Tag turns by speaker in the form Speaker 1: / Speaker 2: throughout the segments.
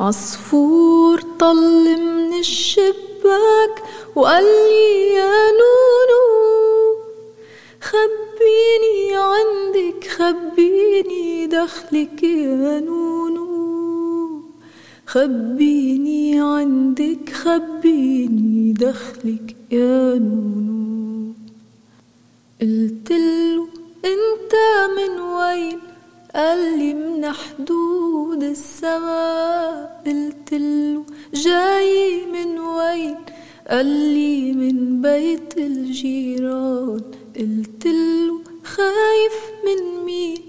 Speaker 1: عصفور طل من الشباك وقال لي يا نونو خبيني عندك خبيني دخلك يا نونو خبيني عندك خبيني دخلك يا نونو قلتله انت من وين قال لي من حدود السماء قلت له جاي من وين قال لي من بيت الجيران قلت له خايف من مين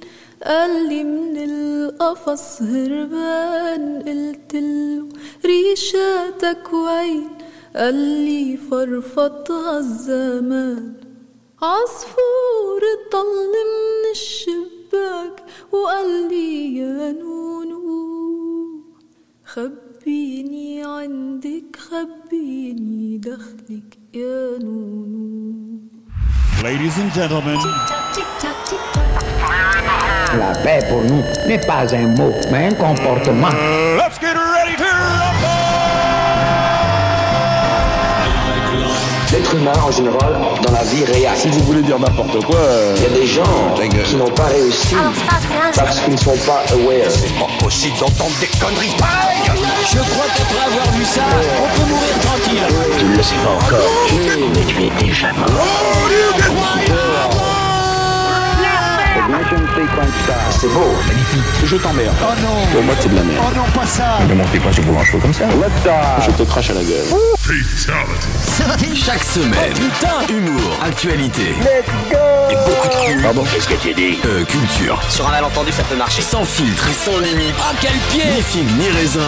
Speaker 1: قال لي من القفص هربان قلت له ريشاتك وين قال لي فرفطها الزمان عصفور طل من الشباك حبك وقال لي يا نونو خبيني عندك خبيني دخلك يا نونو
Speaker 2: Ladies and gentlemen,
Speaker 3: La paix pour nous n'est pas un mot, mais un comportement.
Speaker 2: let's get ready to rumble!
Speaker 4: L'être humain en général, dans la vie réelle,
Speaker 5: Si vous voulez dire n'importe quoi, euh,
Speaker 4: il y a des gens qui n'ont pas réussi parce qu'ils ne sont pas aware.
Speaker 6: Je crois qu'après avoir vu ça, on peut mourir tranquille.
Speaker 4: Tu ne le sais pas encore, mais tu es déjà mort.
Speaker 6: Oh,
Speaker 4: C'est beau.
Speaker 5: je t'emmerde. Oh non Pour moi, c'est de la merde. Oh non, pas ça Ne montez pas sur vos cheveux comme ça. Je te crache à la gueule.
Speaker 7: Chaque semaine,
Speaker 6: Oh, Putain
Speaker 7: humour, actualité. Et beaucoup de cul.
Speaker 5: Pardon Qu'est-ce que tu dis
Speaker 7: Euh, culture.
Speaker 6: Sur un malentendu, ça peut marcher.
Speaker 7: Sans filtre et sans limite.
Speaker 6: Oh quel pied
Speaker 7: Ni figue ni raisin.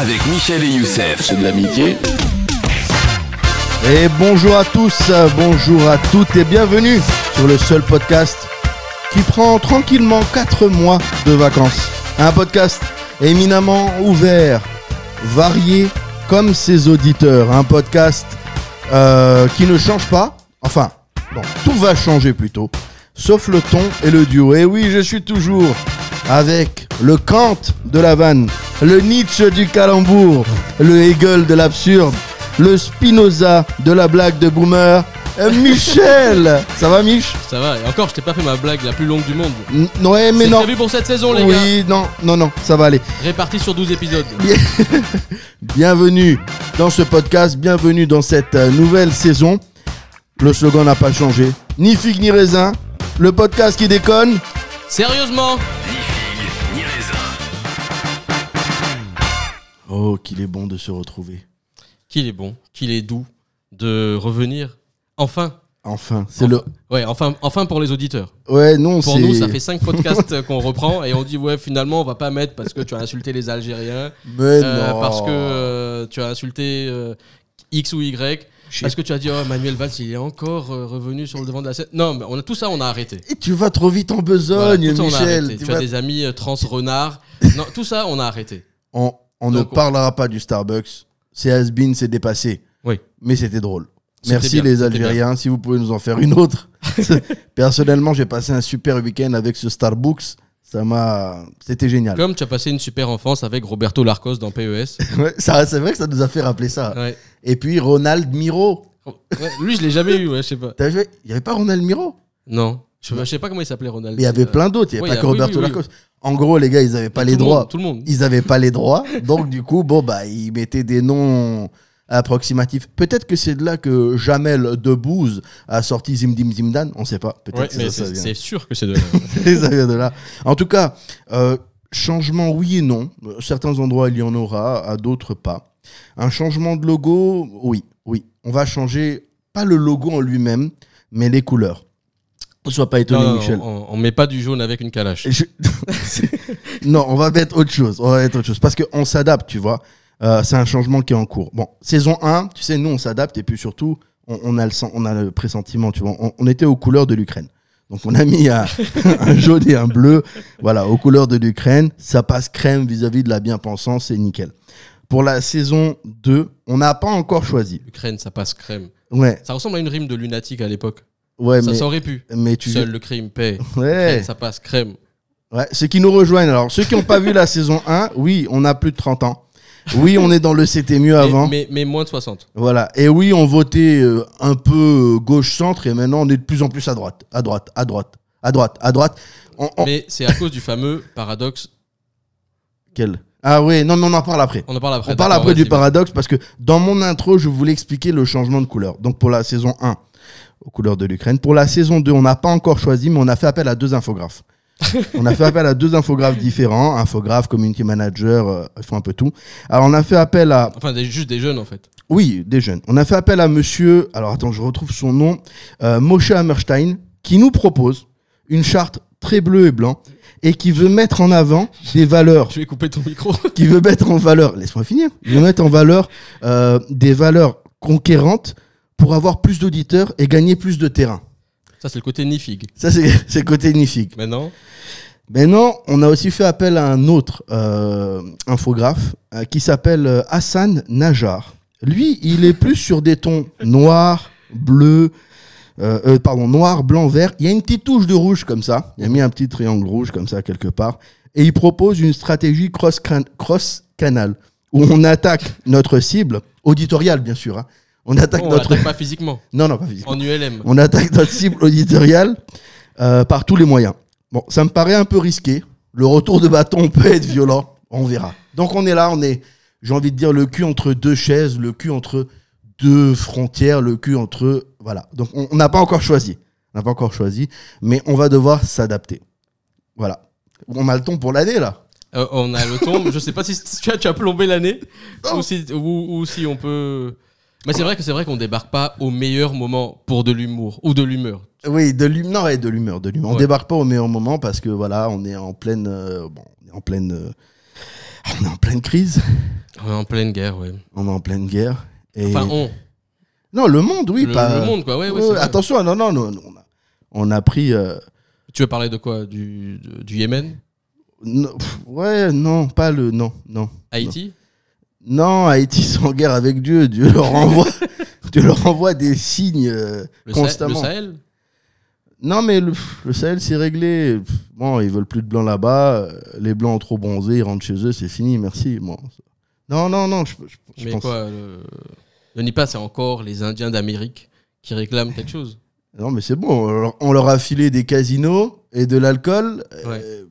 Speaker 7: Avec Michel et Youssef.
Speaker 5: Oh. C'est de l'amitié.
Speaker 8: Et bonjour à tous, bonjour à toutes et bienvenue sur le seul podcast qui prend tranquillement 4 mois de vacances. Un podcast éminemment ouvert, varié comme ses auditeurs. Un podcast euh, qui ne change pas. Enfin, bon, tout va changer plutôt. Sauf le ton et le duo. Et oui, je suis toujours avec le Kant de la vanne, le Nietzsche du calembour, le Hegel de l'absurde, le Spinoza de la blague de boomer, euh, Michel Ça va, Mich
Speaker 9: Ça va, et encore, je t'ai pas fait ma blague la plus longue du monde.
Speaker 8: N- Ouais, mais
Speaker 9: C'est
Speaker 8: non.
Speaker 9: prévu pour cette saison, les gars.
Speaker 8: Oui, non, non, non, ça va aller.
Speaker 9: Réparti sur 12 épisodes.
Speaker 8: Bienvenue dans ce podcast, bienvenue dans cette euh, nouvelle saison. Le slogan n'a pas changé. Ni figue ni raisin. Le podcast qui déconne.
Speaker 9: Sérieusement
Speaker 8: Oh, qu'il est bon de se retrouver.
Speaker 9: Qu'il est bon, qu'il est doux de revenir. Enfin.
Speaker 8: Enfin, c'est le.
Speaker 9: Ouais, enfin, enfin pour les auditeurs.
Speaker 8: Ouais, non, c'est.
Speaker 9: Pour nous, ça fait 5 podcasts qu'on reprend et on dit, ouais, finalement, on va pas mettre parce que tu as insulté les Algériens,
Speaker 8: Mais
Speaker 9: euh,
Speaker 8: non.
Speaker 9: parce que euh, tu as insulté euh, X ou Y.
Speaker 8: Je sais
Speaker 9: Parce que tu as dit, oh, Manuel Valls, il est encore euh, revenu sur le devant de la scène. Non, mais on a, tout ça, on a arrêté.
Speaker 8: Et tu vas trop vite en
Speaker 9: Voilà,
Speaker 8: besogne,
Speaker 9: tout ça, on a
Speaker 8: Michel.
Speaker 9: arrêté.
Speaker 8: Tu
Speaker 9: Tu as
Speaker 8: vas-
Speaker 9: des amis euh, trans renards. Non, tout ça, on a arrêté.
Speaker 8: On, on ne
Speaker 9: Donc, on-
Speaker 8: parlera pas du Starbucks. C'est has been, c'est dépassé.
Speaker 9: Oui.
Speaker 8: Mais c'était drôle.
Speaker 9: C'était
Speaker 8: Merci
Speaker 9: bien,
Speaker 8: les
Speaker 9: c'était
Speaker 8: Algériens, si vous pouvez nous en faire une autre. Personnellement, j'ai passé un super week-end avec ce Starbucks. Ça m'a. C'était génial.
Speaker 9: Comme tu as passé une super enfance avec Roberto Larcos dans E PES.
Speaker 8: Ouais, ça- c'est vrai que ça nous a fait rappeler ça.
Speaker 9: Ouais.
Speaker 8: Et puis Ronald Miro.
Speaker 9: Ouais, lui, je l'ai jamais eu, ouais, je sais pas.
Speaker 8: T'as vu Il n'y avait pas Ronald Miro
Speaker 9: Non. Je je sais pas comment il s'appelait, Ronald.
Speaker 8: Mais il y avait
Speaker 9: Euh,
Speaker 8: plein d'autres. Il n'y avait
Speaker 9: ouais,
Speaker 8: pas
Speaker 9: il y
Speaker 8: que
Speaker 9: a- oui,
Speaker 8: Roberto
Speaker 9: oui, oui.
Speaker 8: Lacoste. En gros, les gars, ils n'avaient pas les
Speaker 9: tout le
Speaker 8: droits.
Speaker 9: monde, tout le monde.
Speaker 8: Ils n'avaient pas les droits. Donc, du coup, bon, bah, ils mettaient des noms approximatifs. Peut-être que c'est de là que Jamel Debbouze a sorti Zimdim Zimdan. On ne sait pas. Peut-être
Speaker 9: Ouais,
Speaker 8: que
Speaker 9: mais
Speaker 8: ça, ça
Speaker 9: c'est
Speaker 8: vient.
Speaker 9: c'est sûr que c'est de
Speaker 8: ça vient de là. En tout cas, euh, changement oui et non. Euh, Certains endroits, il y en aura, à d'autres pas. Un changement de logo, oui, oui. On va changer, pas le logo en lui-même, mais les couleurs. Ne sois pas étonné,
Speaker 9: Non, non,
Speaker 8: Michel.
Speaker 9: on, on met pas du jaune avec une calache.
Speaker 8: Je- non, on va mettre autre chose. On va mettre autre chose. Parce qu'on s'adapte, tu vois. Euh, c'est un changement qui est en cours. Bon, saison 1, tu sais, nous, on s'adapte et puis surtout, on, on a, le, sen- on a le pressentiment, tu vois. On, on était aux couleurs de l'Ukraine. Donc, on a mis un, un jaune et un bleu, voilà, aux couleurs de l'Ukraine. Ça passe crème vis-à-vis de la bien-pensance, c'est nickel. Pour la saison 2, on n'a pas encore choisi.
Speaker 9: Ukraine, ça passe crème.
Speaker 8: Ouais,
Speaker 9: Ça ressemble à une rime de lunatique à l'époque.
Speaker 8: ouais,
Speaker 9: ça
Speaker 8: mais,
Speaker 9: s'aurait pu.
Speaker 8: mais tu.
Speaker 9: Seul le crime paie.
Speaker 8: Ouais.
Speaker 9: Ukraine, Ça passe crème.
Speaker 8: Ouais, ceux qui nous rejoignent. Alors, ceux qui n'ont pas vu la saison 1, oui, on a plus de 30 ans. Oui, on est dans le C'était mieux avant.
Speaker 9: Mais, mais, mais moins de 60.
Speaker 8: Voilà. Et oui, on votait euh, un peu euh, gauche-centre et maintenant on est de plus en plus à droite, à droite, à droite, à droite, à droite. On- on-
Speaker 9: Mais c'est à cause du fameux paradoxe.
Speaker 8: Quel Ah oui, non, non, on en parle après.
Speaker 9: On en parle après.
Speaker 8: On parle
Speaker 9: d'accord,
Speaker 8: après
Speaker 9: vas-y,
Speaker 8: du paradoxe parce que dans mon intro, je voulais expliquer le changement de couleur. Donc pour la saison 1, aux couleurs de l'Ukraine. Pour la saison 2, on n'a pas encore choisi, mais on a fait appel à deux infographes. on a fait appel à deux infographes différents, infographes, community manager, euh, ils font un peu tout. Alors on a fait appel à
Speaker 9: Enfin, des- juste des jeunes en fait.
Speaker 8: Oui, des jeunes. On a fait appel à monsieur, alors attends, je retrouve son nom, euh, Moshe Hammerstein, qui nous propose une charte très bleue et blanc et qui veut mettre en avant des valeurs,
Speaker 9: Je vais couper ton micro.
Speaker 8: qui veut mettre en valeur, laisse-moi finir, il veut mettre en valeur euh, des valeurs conquérantes pour avoir plus d'auditeurs et gagner plus de terrain.
Speaker 9: Ça, c'est le côté nifig.
Speaker 8: Ça, c'est c'est le côté unifique.
Speaker 9: Maintenant,
Speaker 8: Maintenant, Ben on a aussi fait appel à un autre euh, infographe euh, qui s'appelle euh, Hassan Najar. Lui, il est plus sur des tons noirs, bleus, euh, euh, pardon, noir, blanc, vert. Il y a une petite touche de rouge comme ça. Il a mis un petit triangle rouge comme ça quelque part. Et il propose une stratégie cross-cran- cross-canal où on attaque notre cible, auditoriale bien sûr. hein. On attaque
Speaker 9: Oh, on
Speaker 8: notre.
Speaker 9: l'attaque pas physiquement.
Speaker 8: Non, non, pas physique.
Speaker 9: En ULM.
Speaker 8: On attaque notre cible auditoriale euh, par tous les moyens. Bon, ça me paraît un peu risqué. Le retour de bâton peut être violent. On verra. Donc on est là, on est, j'ai envie de dire, le cul entre deux chaises, le cul entre deux frontières, le cul entre... Voilà. Donc on on n'a pas encore choisi. On n'a pas encore choisi, mais on va devoir s'adapter. Voilà. On a le ton pour l'année, là.
Speaker 9: Euh, on a le ton. je sais pas si c- tu as, tu as plombé l'année
Speaker 8: Oh.
Speaker 9: ou si, ou, ou si on peut. Mais c'est vrai que c'est vrai qu'on débarque pas au meilleur moment pour de l'humour ou de l'humeur.
Speaker 8: Oui, de l'humeur. Non, ouais, de l'humeur, de l'humeur. On
Speaker 9: Ouais.
Speaker 8: débarque pas au meilleur moment parce que voilà, on est en pleine... euh, bon, on est en pleine... euh, on est en pleine crise.
Speaker 9: On est en pleine guerre, ouais.
Speaker 8: On est en pleine guerre. Et...
Speaker 9: Enfin, on.
Speaker 8: Non, le monde, oui.
Speaker 9: le,
Speaker 8: pas...
Speaker 9: le monde, quoi. Ouais, ouais,
Speaker 8: Ouais,
Speaker 9: c'est vrai.
Speaker 8: attention, non, non, non, non, on, a, on a pris. euh,
Speaker 9: Tu veux parler de quoi du, de- du Yémen
Speaker 8: non, pff, ouais, non, pas le. Non, non.
Speaker 9: Haïti
Speaker 8: Non, Haïti sont en guerre avec Dieu. Dieu leur envoie, Dieu leur envoie des signes euh,
Speaker 9: le, Sa- le
Speaker 8: constamment.
Speaker 9: Sahel
Speaker 8: non, mais le, pff, le Sahel, c'est réglé. Pff, Bon, ils veulent plus de blancs là-bas. euh, Les blancs ont trop bronzé, ils rentrent chez eux, c'est fini, merci. Bon. Non, non, non, je, je- je
Speaker 9: Mais
Speaker 8: pense.
Speaker 9: quoi Le, le NIPA, c'est encore les Indiens d'Amérique qui réclament quelque chose.
Speaker 8: Non, mais c'est bon, on leur- on leur a filé des casinos et de l'alcool.
Speaker 9: Ouais.
Speaker 8: euh,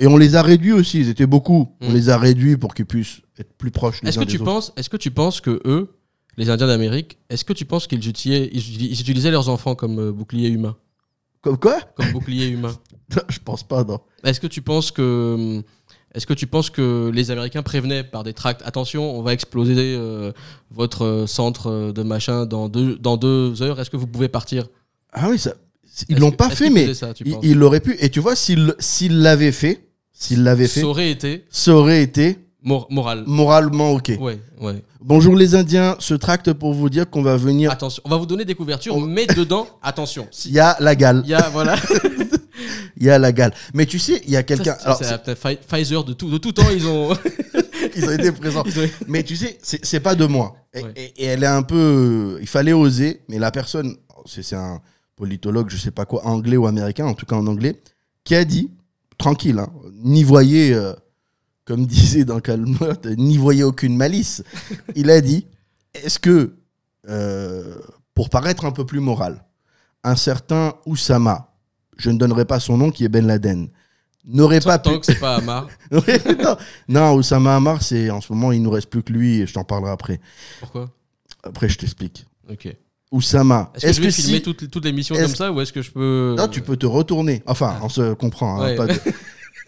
Speaker 8: Et on les a réduits aussi, ils étaient beaucoup. On
Speaker 9: Mm.
Speaker 8: les a réduits pour qu'ils puissent être plus proches les
Speaker 9: Est-ce
Speaker 8: uns
Speaker 9: que
Speaker 8: des
Speaker 9: tu
Speaker 8: autres.
Speaker 9: penses Est-ce que tu penses que eux, les Indiens d'Amérique, est-ce que tu penses qu'ils utilisaient, ils utili- ils utilisaient leurs enfants comme euh, bouclier humain
Speaker 8: Comme quoi
Speaker 9: Comme bouclier humain.
Speaker 8: Non, Je pense pas, non.
Speaker 9: Est-ce que tu penses que hum, est-ce que tu penses que les Américains prévenaient par des tracts Attention, on va exploser euh, votre euh, centre euh, de machin dans deux, dans deux heures. Est-ce que vous pouvez partir
Speaker 8: Ah oui, ça. Ils
Speaker 9: Est-ce
Speaker 8: l'ont
Speaker 9: que-
Speaker 8: pas
Speaker 9: est-ce
Speaker 8: fait,
Speaker 9: qu'ils
Speaker 8: mais
Speaker 9: faisaient ça, tu
Speaker 8: ils
Speaker 9: penses
Speaker 8: ils l'auraient pu. Et tu vois, s'ils s'ils l'avaient fait, s'ils l'avaient fait,
Speaker 9: Ça aurait été
Speaker 8: ça aurait été
Speaker 9: mor- moral.
Speaker 8: moralement OK.
Speaker 9: Ouais, ouais.
Speaker 8: Bonjour les Indiens, ce tract pour vous dire qu'on va venir.
Speaker 9: Attention, on va vous donner des couvertures, mais dedans, attention.
Speaker 8: Il
Speaker 9: Si-
Speaker 8: y a la gale.
Speaker 9: Il y a voilà.
Speaker 8: Il y a la gale. Mais tu sais, il y a quelqu'un.
Speaker 9: Ça,
Speaker 8: Alors,
Speaker 9: c'est- c'est la- Pfi- Pfizer de tout de tout temps, ils ont
Speaker 8: c'est- ils ont été présents.
Speaker 9: ils ont-
Speaker 8: Mais tu sais, c'est c'est pas de moi. Et,
Speaker 9: Ouais.
Speaker 8: et- et elle est un peu. Il fallait oser, mais la personne, c'est c'est un politologue, je sais pas quoi, anglais ou américain, en tout cas en anglais, qui a dit, tranquille, hein, n'y voyez, euh, comme disait dans Calmotte, n'y voyez aucune malice. Il a dit est-ce que, euh, pour paraître un peu plus moral, un certain Oussama, je ne donnerai pas son nom, qui est Ben Laden, n'aurait pas pu.
Speaker 9: tant que c'est pas Amar.
Speaker 8: Oui, non. non, Oussama Hamar, c'est en ce moment, il nous reste plus que lui et je t'en parlerai après.
Speaker 9: Pourquoi
Speaker 8: Après, je t'explique.
Speaker 9: Ok. Est-ce
Speaker 8: Oussama,
Speaker 9: que je vais filmer
Speaker 8: si-
Speaker 9: toute, toute l'émission
Speaker 8: est-ce-
Speaker 9: comme ça ou est-ce que je peux euh,
Speaker 8: Non, tu peux te retourner. Enfin, on se comprend. hein,
Speaker 9: Ouais.
Speaker 8: pas de-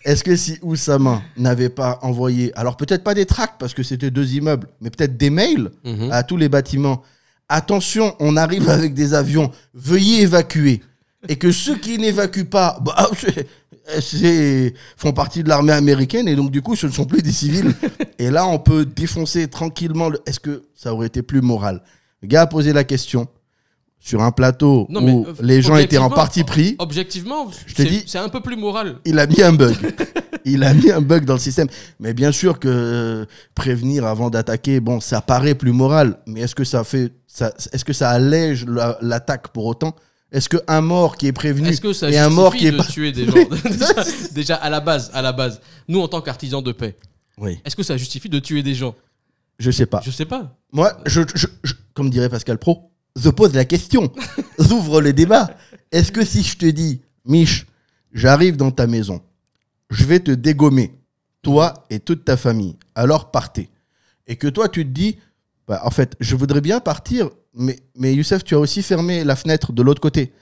Speaker 8: Est-ce que si Oussama n'avait pas envoyé, alors peut-être pas des tracts parce que c'était deux immeubles, mais peut-être des mails
Speaker 9: Mhm.
Speaker 8: à tous les bâtiments. Attention, on arrive avec des avions, veuillez évacuer. Et que ceux qui n'évacuent pas bah, c'est- c'est- font partie de l'armée américaine et donc du coup ce ne sont plus des civils. et là on peut défoncer tranquillement. le- Est-ce que ça aurait été plus moral Le gars a posé la question sur un plateau
Speaker 9: Non,
Speaker 8: où
Speaker 9: mais, euh,
Speaker 8: les gens étaient en
Speaker 9: objectivement,
Speaker 8: parti pris.
Speaker 9: Objectivement, je
Speaker 8: te dis-
Speaker 9: c'est un peu plus moral.
Speaker 8: Il a mis un bug. Il a mis un bug dans le système. Mais bien sûr que euh, prévenir avant d'attaquer, bon, ça paraît plus moral. Mais est-ce que ça fait, ça, est-ce que ça allège la- l'attaque pour autant Est-ce qu'un mort qui est prévenu
Speaker 9: Est-ce que ça
Speaker 8: et un mort qui
Speaker 9: justifie
Speaker 8: est
Speaker 9: de
Speaker 8: pas.
Speaker 9: tuer des gens déjà, déjà, à la base, à la base, nous en tant qu'artisans de paix,
Speaker 8: Oui,
Speaker 9: est-ce que ça justifie de tuer des gens
Speaker 8: je sais pas.
Speaker 9: Je sais pas.
Speaker 8: Moi, je, je- je- comme dirait Pascal Pro, je pose la question, j'ouvre le débat. Est-ce que si je te dis, Mich, j'arrive dans ta maison, je vais te dégommer, toi et toute ta famille, alors partez. Et que toi, tu te dis, bah, en fait, je voudrais bien partir, mais, mais Youssef, tu as aussi fermé la fenêtre de l'autre côté.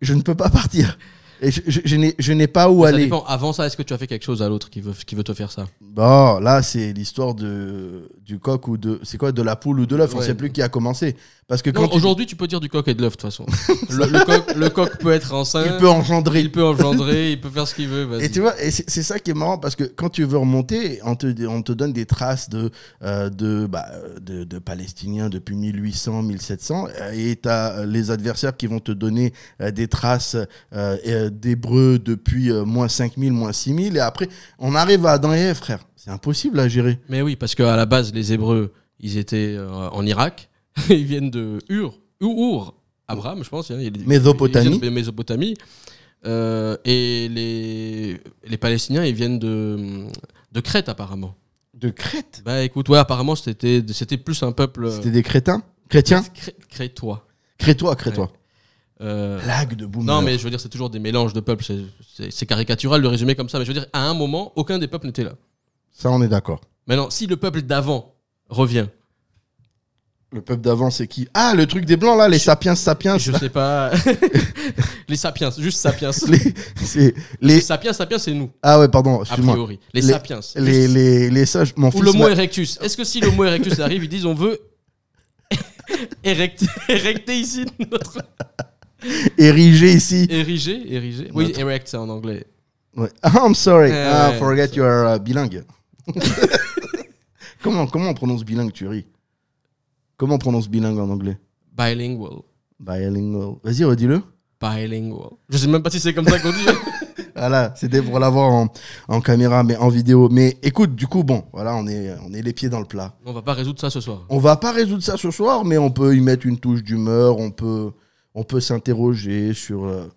Speaker 8: je ne peux pas partir. Et je, je- je n'ai- je n'ai pas où
Speaker 9: ça
Speaker 8: aller.
Speaker 9: dépend. Avant ça, est-ce que tu as fait quelque chose à l'autre qui veut, qui veut te faire ça
Speaker 8: Bon, là, c'est l'histoire de du coq ou de c'est quoi de la poule ou de l'œuf. On
Speaker 9: Ouais.
Speaker 8: sait plus qui a commencé parce que
Speaker 9: Non,
Speaker 8: quand tu-
Speaker 9: Aujourd'hui, tu peux dire du coq et de l'œuf, de toute façon. le, le coq, le coq peut être enceint.
Speaker 8: il peut engendrer.
Speaker 9: il peut engendrer, il peut faire ce qu'il veut. vas-y.
Speaker 8: Et tu vois, et c'est c'est ça qui est marrant parce que quand tu veux remonter, on te, on te donne des traces de, euh, de, bah, de, de Palestiniens depuis 1800, 1700, euh, et tu as les adversaires qui vont te donner euh, des traces euh, et, euh, d'Hébreux depuis euh, moins 5000, moins 6000, et après, on arrive à Adam et Ève, frère. C'est impossible à gérer.
Speaker 9: Mais oui, parce qu'à la base, les Hébreux, ils étaient euh, en Irak. ils viennent de Ur, Ur, Ur, Abraham, je pense. hein, il-
Speaker 8: Mésopotamie.
Speaker 9: ils viennent de Mésopotamie. Euh, et les, les Palestiniens, ils viennent de, de Crète, apparemment.
Speaker 8: De Crète
Speaker 9: Bah écoute, ouais, apparemment, c'était c'était plus un peuple. euh,
Speaker 8: C'était des crétins Chrétiens
Speaker 9: cré- crétois.
Speaker 8: Crétois, crétois.
Speaker 9: Euh,
Speaker 8: Blague de boomer.
Speaker 9: non, mais je veux dire, c'est toujours des mélanges de peuples. c'est- C'est c'est caricatural de résumer comme ça. Mais je veux dire, à un moment, aucun des peuples n'était là.
Speaker 8: Ça, on est d'accord.
Speaker 9: Maintenant, si le peuple d'avant revient,
Speaker 8: Le peuple d'avant, c'est qui Ah, le truc des blancs, là, les sapiens, sapiens.
Speaker 9: je
Speaker 8: là.
Speaker 9: sais pas. les sapiens, juste sapiens. Les,
Speaker 8: Les, c'est- les-
Speaker 9: sapiens, sapiens, c'est nous,
Speaker 8: Ah ouais, pardon,
Speaker 9: a
Speaker 8: excuse-moi.
Speaker 9: priori. Les,
Speaker 8: Les-
Speaker 9: sapiens.
Speaker 8: Les, les, les sages, mon
Speaker 9: Ou
Speaker 8: fils.
Speaker 9: le mot
Speaker 8: m'a-
Speaker 9: erectus. Est-ce que si le mot erectus arrive, ils disent on veut érecter, érecter ici notre.
Speaker 8: érigé ici.
Speaker 9: Ériger, ériger. Oui,
Speaker 8: Notre-
Speaker 9: erect, c'est en anglais.
Speaker 8: Ouais. Ah, I'm sorry.
Speaker 9: Eh
Speaker 8: ah,
Speaker 9: ouais,
Speaker 8: forget
Speaker 9: ça-
Speaker 8: you are uh, bilingue. comment, comment on prononce bilingue, tu ris Comment on prononce bilingue en anglais
Speaker 9: Bilingual.
Speaker 8: Bilingual. Vas-y, redis-le.
Speaker 9: Bilingual. Je sais même pas si c'est comme ça qu'on dit.
Speaker 8: Voilà, c'était pour l'avoir en, en caméra, mais en vidéo. Mais écoute, du coup, bon, voilà, on est, on est les pieds dans le plat.
Speaker 9: on va pas résoudre ça ce soir.
Speaker 8: On va pas résoudre ça ce soir, mais on peut y mettre une touche d'humeur, on peut, on peut s'interroger sur euh,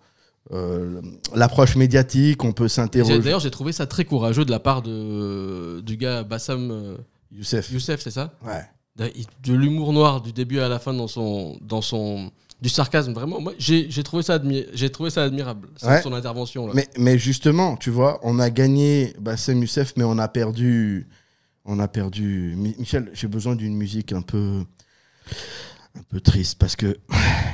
Speaker 8: euh, l'approche médiatique, on peut
Speaker 9: J'ai-
Speaker 8: s'interroger.
Speaker 9: D'ailleurs, j'ai trouvé ça très courageux de la part de, du gars Bassam euh,
Speaker 8: Youssef.
Speaker 9: Youssef, c'est ça
Speaker 8: Ouais.
Speaker 9: de, de l'humour noir du début à la fin dans son dans son du sarcasme vraiment moi j'ai j'ai trouvé ça admi- j'ai trouvé ça admirable ça,
Speaker 8: Ouais.
Speaker 9: son intervention là.
Speaker 8: Mais, mais justement, tu vois, on a gagné Bassem Youssef, mais on a perdu. On a perdu. Mi- Michel, j'ai besoin d'une musique un peu. Un peu triste parce que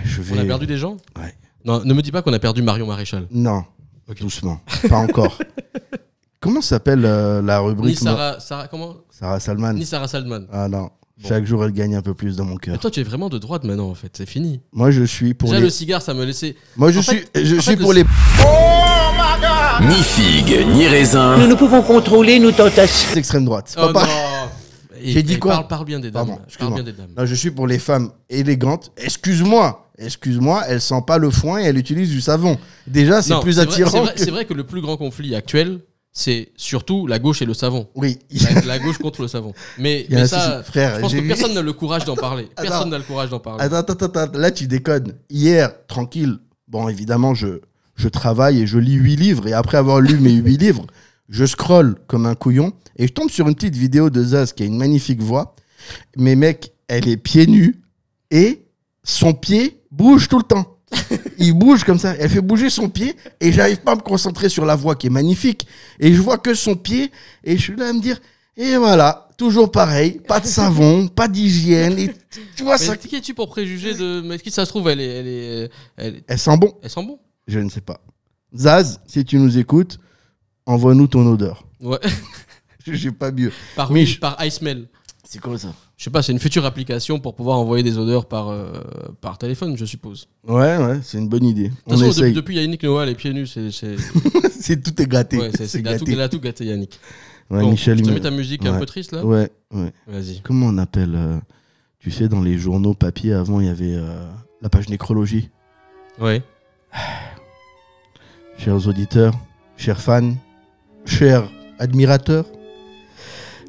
Speaker 8: je vais.
Speaker 9: on a perdu des gens
Speaker 8: Ouais.
Speaker 9: non ne me dis pas qu'on a perdu Marion Maréchal
Speaker 8: Non,
Speaker 9: Ok.
Speaker 8: doucement. Pas encore. Comment s'appelle euh, la
Speaker 9: ni
Speaker 8: rubrique moi
Speaker 9: Sarah, Sarah- comment
Speaker 8: Sarah Salman.
Speaker 9: ni Sarah Saldman
Speaker 8: Ah non.
Speaker 9: Bon.
Speaker 8: Chaque jour, elle gagne un peu plus dans mon
Speaker 9: mais
Speaker 8: cœur.
Speaker 9: toi tu es vraiment de droite maintenant en fait c'est fini
Speaker 8: Moi, je suis pour
Speaker 9: déjà
Speaker 8: les.
Speaker 9: le cigare ça me laissait
Speaker 8: Moi, je
Speaker 9: en
Speaker 8: suis,
Speaker 9: fait-
Speaker 8: je
Speaker 9: en
Speaker 8: suis
Speaker 9: fait,
Speaker 8: pour
Speaker 9: le-
Speaker 8: les.
Speaker 7: Ni figue, ni raisin.
Speaker 10: Nous pouvons contrôler nos tentations.
Speaker 8: extrêmes droites.
Speaker 9: Oh,
Speaker 8: Pas par-
Speaker 9: non. Et-
Speaker 8: J'ai dit
Speaker 9: et
Speaker 8: quoi
Speaker 9: parle, parle bien des dames
Speaker 8: Pardon,
Speaker 9: parle
Speaker 8: excuse-moi.
Speaker 9: bien des dames
Speaker 8: Non, je suis pour les femmes élégantes. Excuse-moi, excuse-moi, elle sent pas le foin et elle utilise du savon. Déjà, c'est
Speaker 9: Non,
Speaker 8: plus
Speaker 9: vrai- c'est
Speaker 8: attirant.
Speaker 9: vrai,
Speaker 8: que-
Speaker 9: c'est vrai que le plus grand conflit actuel c'est surtout la gauche et le savon
Speaker 8: Oui.
Speaker 9: la, la gauche contre le savon. Mais,
Speaker 8: Il y a
Speaker 9: mais
Speaker 8: un
Speaker 9: ça,
Speaker 8: souci. Frère,
Speaker 9: je pense
Speaker 8: j'ai
Speaker 9: que
Speaker 8: vu-
Speaker 9: personne n'a le courage d'en parler. Personne n'a le courage d'en parler.
Speaker 8: Attends, attends, attends, attends, là tu déconnes. Hier, tranquille. Bon, évidemment, je je travaille et je lis huit livres et après avoir lu mes huit livres, je scrolle comme un couillon et je tombe sur une petite vidéo de Zaz qui a une magnifique voix. Mais mec, elle est pieds nus et son pied bouge tout le temps. Il bouge comme ça, elle fait bouger son pied et j'arrive pas à me concentrer sur la voix qui est magnifique. Et je vois que son pied et je suis là à me dire et voilà, toujours pareil, pas de savon, pas d'hygiène et tu vois
Speaker 9: Mais
Speaker 8: ça.
Speaker 9: qui es-tu pour préjuger de. Mais qui ça se trouve, elle est. Elle, est, elle, est-
Speaker 8: Elle sent bon.
Speaker 9: elle sent bon.
Speaker 8: Je ne sais pas. Zaz, si tu nous écoutes, envoie-nous ton odeur.
Speaker 9: Ouais.
Speaker 8: J'ai pas mieux.
Speaker 9: par,
Speaker 8: Mais
Speaker 9: oui,
Speaker 8: je-
Speaker 9: par iSmell.
Speaker 8: C'est quoi ça
Speaker 9: Je sais pas, c'est une future application pour pouvoir envoyer des odeurs par, euh, par téléphone, je suppose.
Speaker 8: Ouais, ouais, c'est une bonne idée.
Speaker 9: De
Speaker 8: On
Speaker 9: toute façon, de-
Speaker 8: essaye.
Speaker 9: depuis Yannick Noah, les pieds nus, c'est. C'est
Speaker 8: c'est tout est gâté.
Speaker 9: ouais, c'est- c'est gâteau- gâteau gâté, Yannick.
Speaker 8: Ouais,
Speaker 9: Bon,
Speaker 8: Michel.
Speaker 9: je te
Speaker 8: il
Speaker 9: mets
Speaker 8: me-
Speaker 9: ta musique un
Speaker 8: Ouais.
Speaker 9: peu triste là
Speaker 8: Ouais, ouais.
Speaker 9: Vas-y.
Speaker 8: Comment on appelle euh, Tu sais, dans les journaux papier, avant, il y avait euh, la page nécrologie.
Speaker 9: Ouais.
Speaker 8: Chers auditeurs, chers fans, chers admirateurs,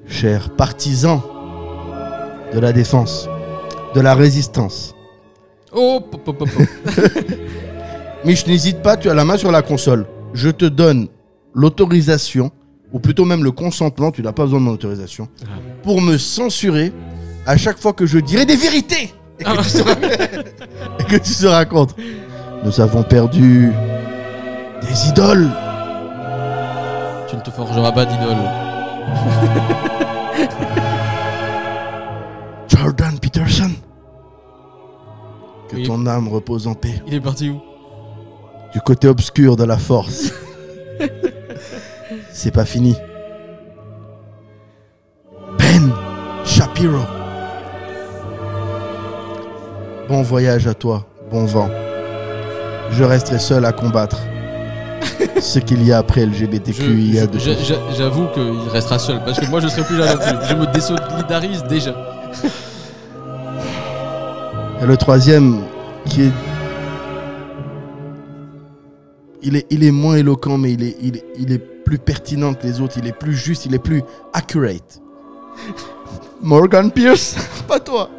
Speaker 8: chers partisans de la défense, de la résistance.
Speaker 9: Oh, pop, pop, pop, pop.
Speaker 8: Mich, n'hésite pas, tu as la main sur la console. Je te donne l'autorisation, ou plutôt même le consentement, tu n'as pas besoin de mon autorisation, pour me censurer à chaque fois que je dirai des vérités et
Speaker 9: Ah,
Speaker 8: que, tu, se... et que tu se racontes. Nous avons perdu des idoles.
Speaker 9: Tu ne te forgeras pas d'idole.
Speaker 8: Jordan Peterson. Que
Speaker 9: Oui.
Speaker 8: ton âme repose en paix.
Speaker 9: Il est parti où
Speaker 8: Du côté obscur de la force. C'est pas fini. Ben Shapiro. Bon voyage à toi, bon vent. Je resterai seul à combattre ce qu'il y a après
Speaker 9: Je-
Speaker 8: LGBTQIA.
Speaker 9: je- je- je- J'avoue qu'il restera seul parce que moi je serai plus là non plus. Je me désolidarise déjà.
Speaker 8: Et le troisième, qui est... Il est, il est moins éloquent, mais il est, il, est, il est plus pertinent que les autres, il est plus juste, il est plus accurate. Morgan Pierce, pas toi.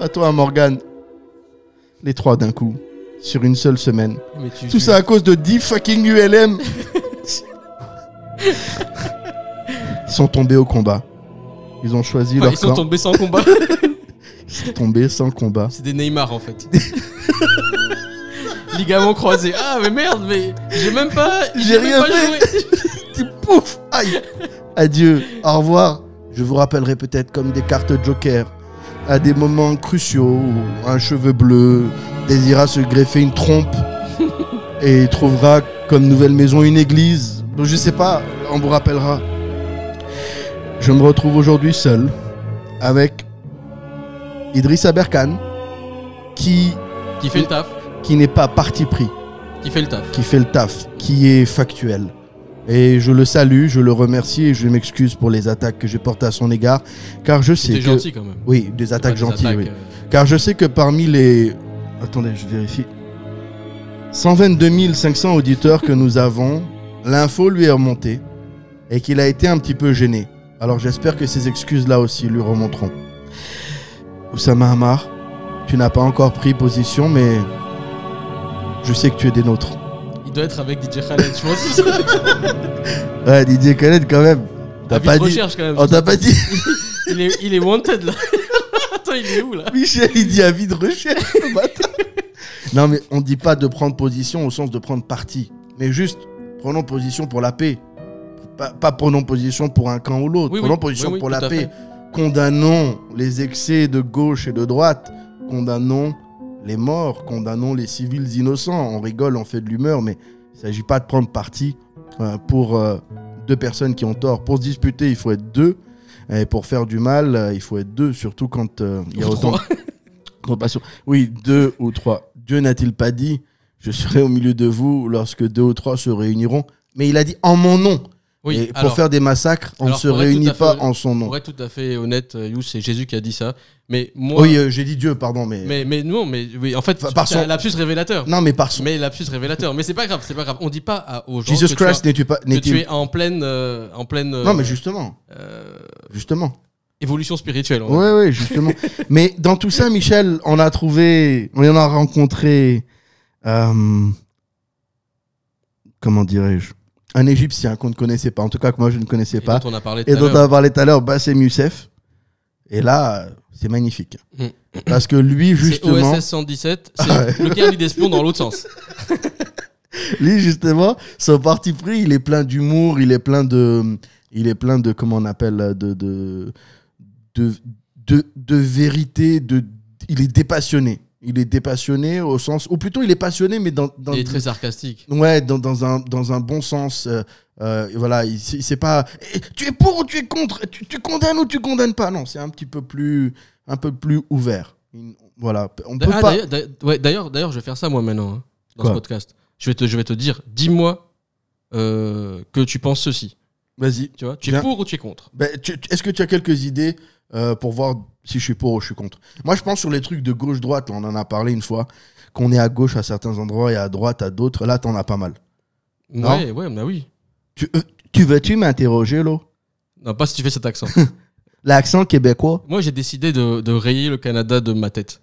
Speaker 8: Pas toi, Morgan. Les trois d'un coup, sur une seule semaine.
Speaker 9: Mais tu,
Speaker 8: Tout
Speaker 9: tu-
Speaker 8: ça à cause de 10 fucking ULM. Ils sont tombés au combat. Ils ont choisi
Speaker 9: Enfin,
Speaker 8: leur
Speaker 9: ils sont
Speaker 8: camp.
Speaker 9: tombés sans combat.
Speaker 8: Ils sont tombés sans combat.
Speaker 9: C'est des Neymar en fait. Ligaments croisés. Ah mais merde, mais j'ai même pas.
Speaker 8: J'ai
Speaker 9: même
Speaker 8: rien
Speaker 9: pas
Speaker 8: fait.
Speaker 9: joué.
Speaker 8: Petit pouf Aïe Adieu, au revoir. Je vous rappellerai peut-être comme des cartes Joker. À des moments cruciaux, où un cheveu bleu désira se greffer une trompe et il trouvera comme nouvelle maison une église. Donc je sais pas, on vous rappellera. Je me retrouve aujourd'hui seul avec Idriss Aberkan qui,
Speaker 9: Qui fait le taf
Speaker 8: qui n'est pas parti pris
Speaker 9: Qui fait le taf
Speaker 8: qui fait le taf, qui est factuel. Et je le salue, je le remercie et je m'excuse pour les attaques que j'ai portées à son égard, car je sais
Speaker 9: C'était
Speaker 8: que...
Speaker 9: gentil quand même.
Speaker 8: Oui, des attaques
Speaker 9: Pas des
Speaker 8: gentilles,
Speaker 9: attaques,
Speaker 8: oui.
Speaker 9: euh,
Speaker 8: Car je sais que parmi les... Attendez, je vérifie. 122 500 auditeurs que nous avons, l'info lui est remontée et qu'il a été un petit peu gêné. Alors j'espère que ces excuses-là aussi lui remonteront. Oussama Hamar, tu n'as pas encore pris position, mais je sais que tu es des nôtres.
Speaker 9: Il doit être avec DJ Khaled, je pense. T'as
Speaker 8: Ouais, Didier Khaled quand même. T'as pas dit. Oh,
Speaker 9: recherche quand même.
Speaker 8: On t'a pas dit.
Speaker 9: Il est, il est wanted là. Attends, il est où là
Speaker 8: Michel, il dit avis de recherche. le bâtard. non, mais on dit pas de prendre position au sens de prendre parti. Mais juste, prenons position pour la paix. Pas, pas prenons position pour un camp ou l'autre.
Speaker 9: Oui, oui.
Speaker 8: prenons position
Speaker 9: Oui, oui,
Speaker 8: pour
Speaker 9: tout
Speaker 8: la
Speaker 9: à fait.
Speaker 8: paix. Condamnons les excès de gauche et de droite. Condamnons les morts. Condamnons les civils innocents. On rigole, on fait de l'humeur, mais il s'agit pas de prendre parti euh, pour euh, deux personnes qui ont tort. Pour se disputer, il faut être deux. Et pour faire du mal, euh, il faut être deux, surtout quand euh, il y a
Speaker 9: Ou
Speaker 8: autant,
Speaker 9: trois.
Speaker 8: Trop de passion. Oui, deux ou trois. Dieu n'a-t-il pas dit Je serai au milieu de vous lorsque deux ou trois se réuniront Mais il a dit en mon nom.
Speaker 9: Oui,
Speaker 8: Et pour
Speaker 9: alors,
Speaker 8: faire des massacres, on ne
Speaker 9: alors,
Speaker 8: se
Speaker 9: pour être
Speaker 8: réunit
Speaker 9: tout à
Speaker 8: pas
Speaker 9: fait-
Speaker 8: en son nom.
Speaker 9: pour être tout à fait honnête, euh, Youssef, c'est Jésus qui a dit ça. Mais moi.
Speaker 8: Oui, euh, j'ai dit Dieu, pardon, mais...
Speaker 9: mais, mais non, mais oui, en fait,
Speaker 8: Enfin, par
Speaker 9: c'est
Speaker 8: son-
Speaker 9: un lapsus révélateur.
Speaker 8: Non, mais par son.
Speaker 9: Mais lapsus révélateur. Mais c'est pas grave, c'est pas grave. On dit pas à, aux gens
Speaker 8: Jesus
Speaker 9: que tu
Speaker 8: Christ
Speaker 9: as-
Speaker 8: n'es-tu pas.
Speaker 9: que tu
Speaker 8: n'est-il-
Speaker 9: es en pleine, euh, en pleine euh,
Speaker 8: Non, mais justement.
Speaker 9: euh,
Speaker 8: Justement.
Speaker 9: évolution spirituelle. on va
Speaker 8: Ouais, ouais, justement. Mais dans tout ça, Michel, on a trouvé, on en a rencontré, euh, comment dirais-je, un Égyptien qu'on ne connaissait pas, en tout cas que moi je ne connaissais
Speaker 9: Et
Speaker 8: pas,
Speaker 9: dont on a parlé tout
Speaker 8: et
Speaker 9: à
Speaker 8: dont on
Speaker 9: l'heure.
Speaker 8: a parlé tout à l'heure, Bassem Youssef. Et là, c'est magnifique.
Speaker 9: Mm.
Speaker 8: Parce que lui,
Speaker 9: C'est
Speaker 8: justement,
Speaker 9: OSS 117, c'est le Guerrier des espions dans l'autre sens.
Speaker 8: lui, justement, son parti pris, il est plein d'humour, il est plein de, il est plein de, comment on appelle, de, de, de, de, de vérité, de, il est dépassionné. Il est dépassionné au sens, ou plutôt il est passionné, mais dans, dans,
Speaker 9: Il est très sarcastique.
Speaker 8: ouais, dans, dans un, dans un bon sens. euh, euh, voilà, il- c'est c'est pas, eh, tu es pour ou tu es contre, tu, tu condamnes ou tu condamnes pas. Non, c'est un petit peu plus, un peu plus ouvert. Voilà, on peut
Speaker 9: Ah,
Speaker 8: pas.
Speaker 9: d'ailleurs- d'ailleurs- ouais, D'ailleurs, d'ailleurs, je vais faire ça moi maintenant, hein, dans
Speaker 8: Quoi
Speaker 9: ce podcast. Je vais te, je vais te dire, dis-moi euh, que tu penses ceci.
Speaker 8: Vas-y.
Speaker 9: Tu vois, tu es
Speaker 8: Bien.
Speaker 9: pour ou tu es contre
Speaker 8: Ben, tu- tu- Est-ce que tu as quelques idées euh, pour voir si je suis pour ou je suis contre Moi, je pense sur les trucs de gauche-droite, là, on en a parlé une fois, qu'on est à gauche à certains endroits et à droite à d'autres. Là, t'en as pas mal. Non.
Speaker 9: Ouais, ouais, bah oui.
Speaker 8: Tu, euh, tu veux-tu m'interroger, là
Speaker 9: Non, pas si tu fais cet accent.
Speaker 8: L'accent québécois
Speaker 9: moi, j'ai décidé de, de rayer le Canada de ma tête.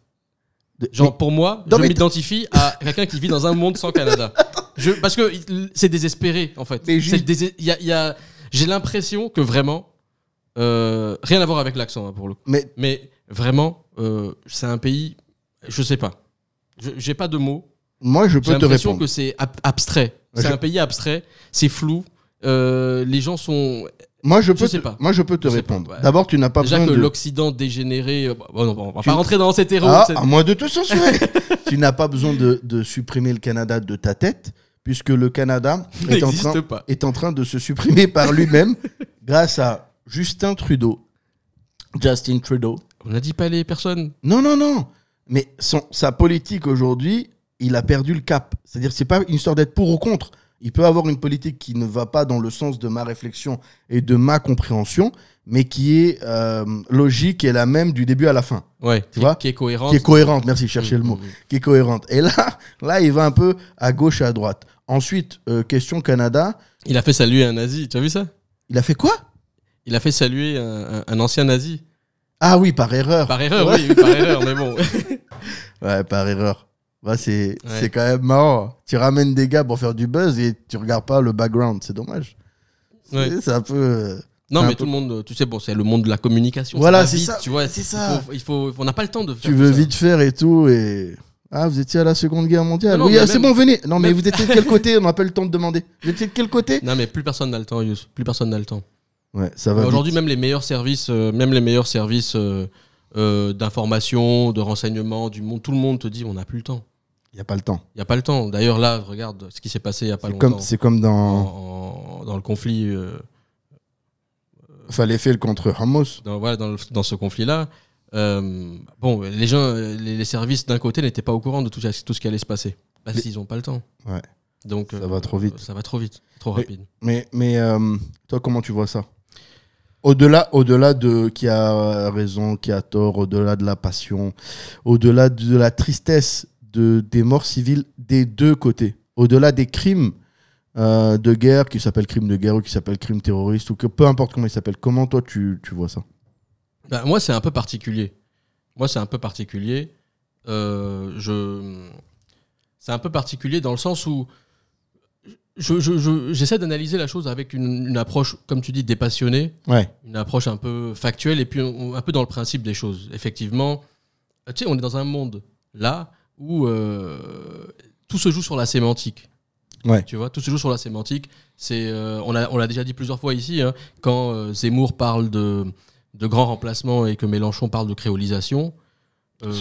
Speaker 9: Genre, pour moi,
Speaker 8: Non,
Speaker 9: je
Speaker 8: mais-
Speaker 9: m'identifie à quelqu'un qui vit dans un monde sans Canada. Je, parce que il- c'est désespéré, en fait.
Speaker 8: Mais juste-
Speaker 9: C'est désé- il y a- il y a- J'ai l'impression que vraiment, euh, rien à voir avec l'accent, hein, pour le coup.
Speaker 8: Mais
Speaker 9: Mais vraiment, euh, c'est un pays, je sais pas. Je- J'ai pas de mots.
Speaker 8: moi, je
Speaker 9: J'ai
Speaker 8: peux te
Speaker 9: l'impression
Speaker 8: répondre.
Speaker 9: que c'est ab- abstrait.
Speaker 8: Je-
Speaker 9: C'est un pays abstrait, c'est flou. euh, les gens sont.
Speaker 8: Moi, je peux,
Speaker 9: sais
Speaker 8: te-
Speaker 9: pas.
Speaker 8: Moi, je peux te
Speaker 9: Je sais
Speaker 8: répondre.
Speaker 9: pas, ouais.
Speaker 8: D'abord, tu n'as pas
Speaker 9: déjà
Speaker 8: besoin
Speaker 9: que
Speaker 8: de.
Speaker 9: l'Occident dégénéré. euh, bon, non, bon, on va
Speaker 8: Tu-
Speaker 9: pas rentrer dans cette héros.
Speaker 8: Ah, à moins de te censurer. tu n'as pas besoin de, de supprimer le Canada de ta tête, puisque le Canada est en,
Speaker 9: n'existe
Speaker 8: train,
Speaker 9: pas.
Speaker 8: est en train de se supprimer par lui-même grâce à Justin Trudeau. Justin Trudeau.
Speaker 9: On n'a dit pas les personnes.
Speaker 8: Non, non, non. Mais son, sa politique aujourd'hui, il a perdu le cap. C'est-à-dire, c'est pas une histoire d'être pour ou contre. Il peut avoir une politique qui ne va pas dans le sens de ma réflexion et de ma compréhension, mais qui est euh, logique et la même du début à la fin.
Speaker 9: Ouais.
Speaker 8: Tu vois
Speaker 9: Qui est cohérente.
Speaker 8: Qui est cohérente, merci, cherchez le
Speaker 9: Mm,
Speaker 8: mot.
Speaker 9: mm, mm.
Speaker 8: Qui est cohérente. Et là, là, il va un peu à gauche et à droite. Ensuite, euh, question Canada.
Speaker 9: Il a fait saluer un nazi. Tu as vu ça
Speaker 8: Il a fait quoi
Speaker 9: Il a fait saluer un, un- un ancien nazi.
Speaker 8: Ah oui, par erreur.
Speaker 9: Par erreur,
Speaker 8: Ouais.
Speaker 9: oui, oui, par erreur, mais bon.
Speaker 8: Ouais, par erreur. Bah, c'est
Speaker 9: Ouais.
Speaker 8: c'est quand même marrant. Tu ramènes des gars pour faire du buzz et tu regardes pas le background. C'est dommage.
Speaker 9: Ouais.
Speaker 8: C'est- C'est un peu. euh,
Speaker 9: Non,
Speaker 8: C'est un
Speaker 9: mais
Speaker 8: peu-
Speaker 9: tout le monde, tu sais, bon, c'est le monde de la communication.
Speaker 8: Voilà,
Speaker 9: va
Speaker 8: c'est
Speaker 9: vite,
Speaker 8: ça,
Speaker 9: Tu vois,
Speaker 8: c'est ça.
Speaker 9: Il faut, il faut- on n'a pas le temps de faire
Speaker 8: Tu veux
Speaker 9: tout ça.
Speaker 8: vite faire et tout. Et... Ah, vous étiez à la Seconde Guerre mondiale.
Speaker 9: Non, non,
Speaker 8: oui,
Speaker 9: mais
Speaker 8: ah, c'est
Speaker 9: même-
Speaker 8: bon, venez. Non, mais
Speaker 9: même-
Speaker 8: vous étiez de quel côté On n'a pas le temps de demander. Vous étiez de quel côté
Speaker 9: Non, mais plus personne n'a le temps, Yous. Plus personne n'a le temps.
Speaker 8: Ouais, ça va.
Speaker 9: Aujourd'hui,
Speaker 8: Aujourd'hui,
Speaker 9: même les meilleurs services, euh, même les meilleurs services euh, euh, d'information, de renseignement, du monde, tout le monde te dit, on n'a plus le temps.
Speaker 8: il n'y a pas le temps.
Speaker 9: Il n'y a pas le temps. D'ailleurs, là, regarde ce qui s'est passé il n'y a pas
Speaker 8: C'est
Speaker 9: longtemps.
Speaker 8: comme, c'est comme
Speaker 9: en-
Speaker 8: dans.
Speaker 9: en- dans le conflit, euh,
Speaker 8: Fallait faire le contre Hamas.
Speaker 9: dans, voilà, dans, le- dans ce conflit-là. Euh, bon, les gens, euh, les, les services d'un côté n'étaient pas au courant de tout, ça- tout ce qui allait se passer. Parce
Speaker 8: Mais-
Speaker 9: qu'ils n'ont pas le temps.
Speaker 8: Ouais.
Speaker 9: Donc,
Speaker 8: Ça
Speaker 9: euh,
Speaker 8: va trop vite.
Speaker 9: Ça va trop vite, trop
Speaker 8: Mais-
Speaker 9: rapide.
Speaker 8: Mais, mais euh, toi, comment tu vois ça Au-delà au -delà de qui a raison, qui a tort, au-delà de la passion, au-delà de la tristesse de, des morts civiles des deux côtés, au-delà des crimes euh, de guerre qui s'appellent crimes de guerre ou qui s'appellent crimes terroristes, ou que peu importe comment ils s'appellent, comment toi tu, tu vois ça
Speaker 9: Bah, moi, c'est un peu particulier. Moi, c'est un peu particulier. Euh, je... C'est un peu particulier dans le sens où je- je- je- j'essaie d'analyser la chose avec une, une approche, comme tu dis, dépassionnée,
Speaker 8: Ouais.
Speaker 9: une approche un peu factuelle et puis on- un peu dans le principe des choses. Effectivement, euh, tu sais, on est dans un monde là où euh, tout se joue sur la sémantique.
Speaker 8: Ouais.
Speaker 9: Tu vois, tout se joue sur la sémantique. C'est, euh, on l'a on l'a déjà dit plusieurs fois ici, hein, quand euh, Zemmour parle de, de grand remplacement et que Mélenchon parle de créolisation. euh,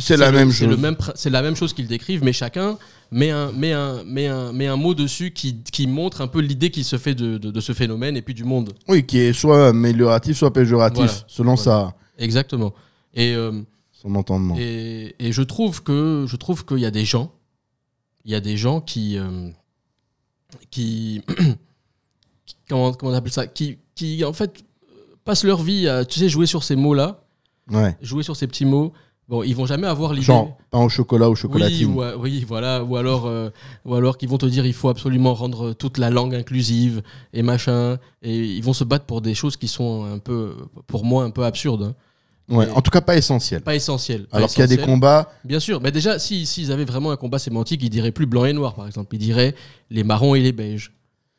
Speaker 8: C'est la
Speaker 9: le-
Speaker 8: même
Speaker 9: c'est le
Speaker 8: chose.
Speaker 9: même pr- C'est la même chose qu'ils décrivent, mais chacun met un, met un, met un, met un mot dessus qui, qui montre un peu l'idée qu'il se fait de- de- de ce phénomène et puis du monde.
Speaker 8: Oui, qui est soit amélioratif, soit péjoratif,
Speaker 9: Voilà.
Speaker 8: selon
Speaker 9: Voilà.
Speaker 8: sa,
Speaker 9: Exactement. Et, euh,
Speaker 8: son entendement.
Speaker 9: et, et je trouve que je trouve qu'il y a des gens, il y a des gens qui euh, qui qui- comment, comment on appelle ça, qui qui en fait euh, passent leur vie à tu sais jouer sur ces mots là,
Speaker 8: Ouais.
Speaker 9: jouer sur ces petits mots. Bon, ils vont jamais avoir l'idée.
Speaker 8: Genre, pain au chocolat ou
Speaker 9: Oui,
Speaker 8: chocolatine.
Speaker 9: ou, à- oui, voilà, ou alors, euh, ou alors qu'ils vont te dire il faut absolument rendre toute la langue inclusive et machin, et ils vont se battre pour des choses qui sont un peu, pour moi, un peu absurdes. hein.
Speaker 8: Ouais, En tout cas, pas essentiel.
Speaker 9: Pas essentiel. pas
Speaker 8: Alors qu'il y a des
Speaker 9: essentiel.
Speaker 8: combats.
Speaker 9: Bien sûr, mais déjà, si- s'ils avaient vraiment un combat sémantique, ils diraient plus blanc et noir, par exemple. Ils diraient les marrons et les beiges.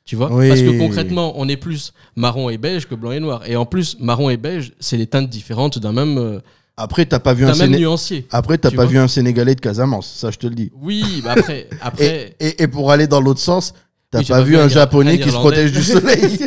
Speaker 9: Tu vois
Speaker 8: Oui.
Speaker 9: Parce que concrètement, on est plus marron et beige que blanc et noir. Et en plus, marron et beige, c'est les teintes différentes d'un même, euh,
Speaker 8: Après, t'as pas vu un
Speaker 9: d'un même
Speaker 8: Séné-
Speaker 9: nuancier.
Speaker 8: Après, t'as
Speaker 9: Tu
Speaker 8: pas
Speaker 9: vois
Speaker 8: vu un Sénégalais de Casamance, ça je te le dis.
Speaker 9: Oui, bah après,
Speaker 8: Et,
Speaker 9: après
Speaker 8: et, et pour aller dans l'autre sens, t'as
Speaker 9: Oui, j'ai
Speaker 8: pas vu un
Speaker 9: Ir-
Speaker 8: Japonais qui se
Speaker 9: Irlandais.
Speaker 8: protège du soleil.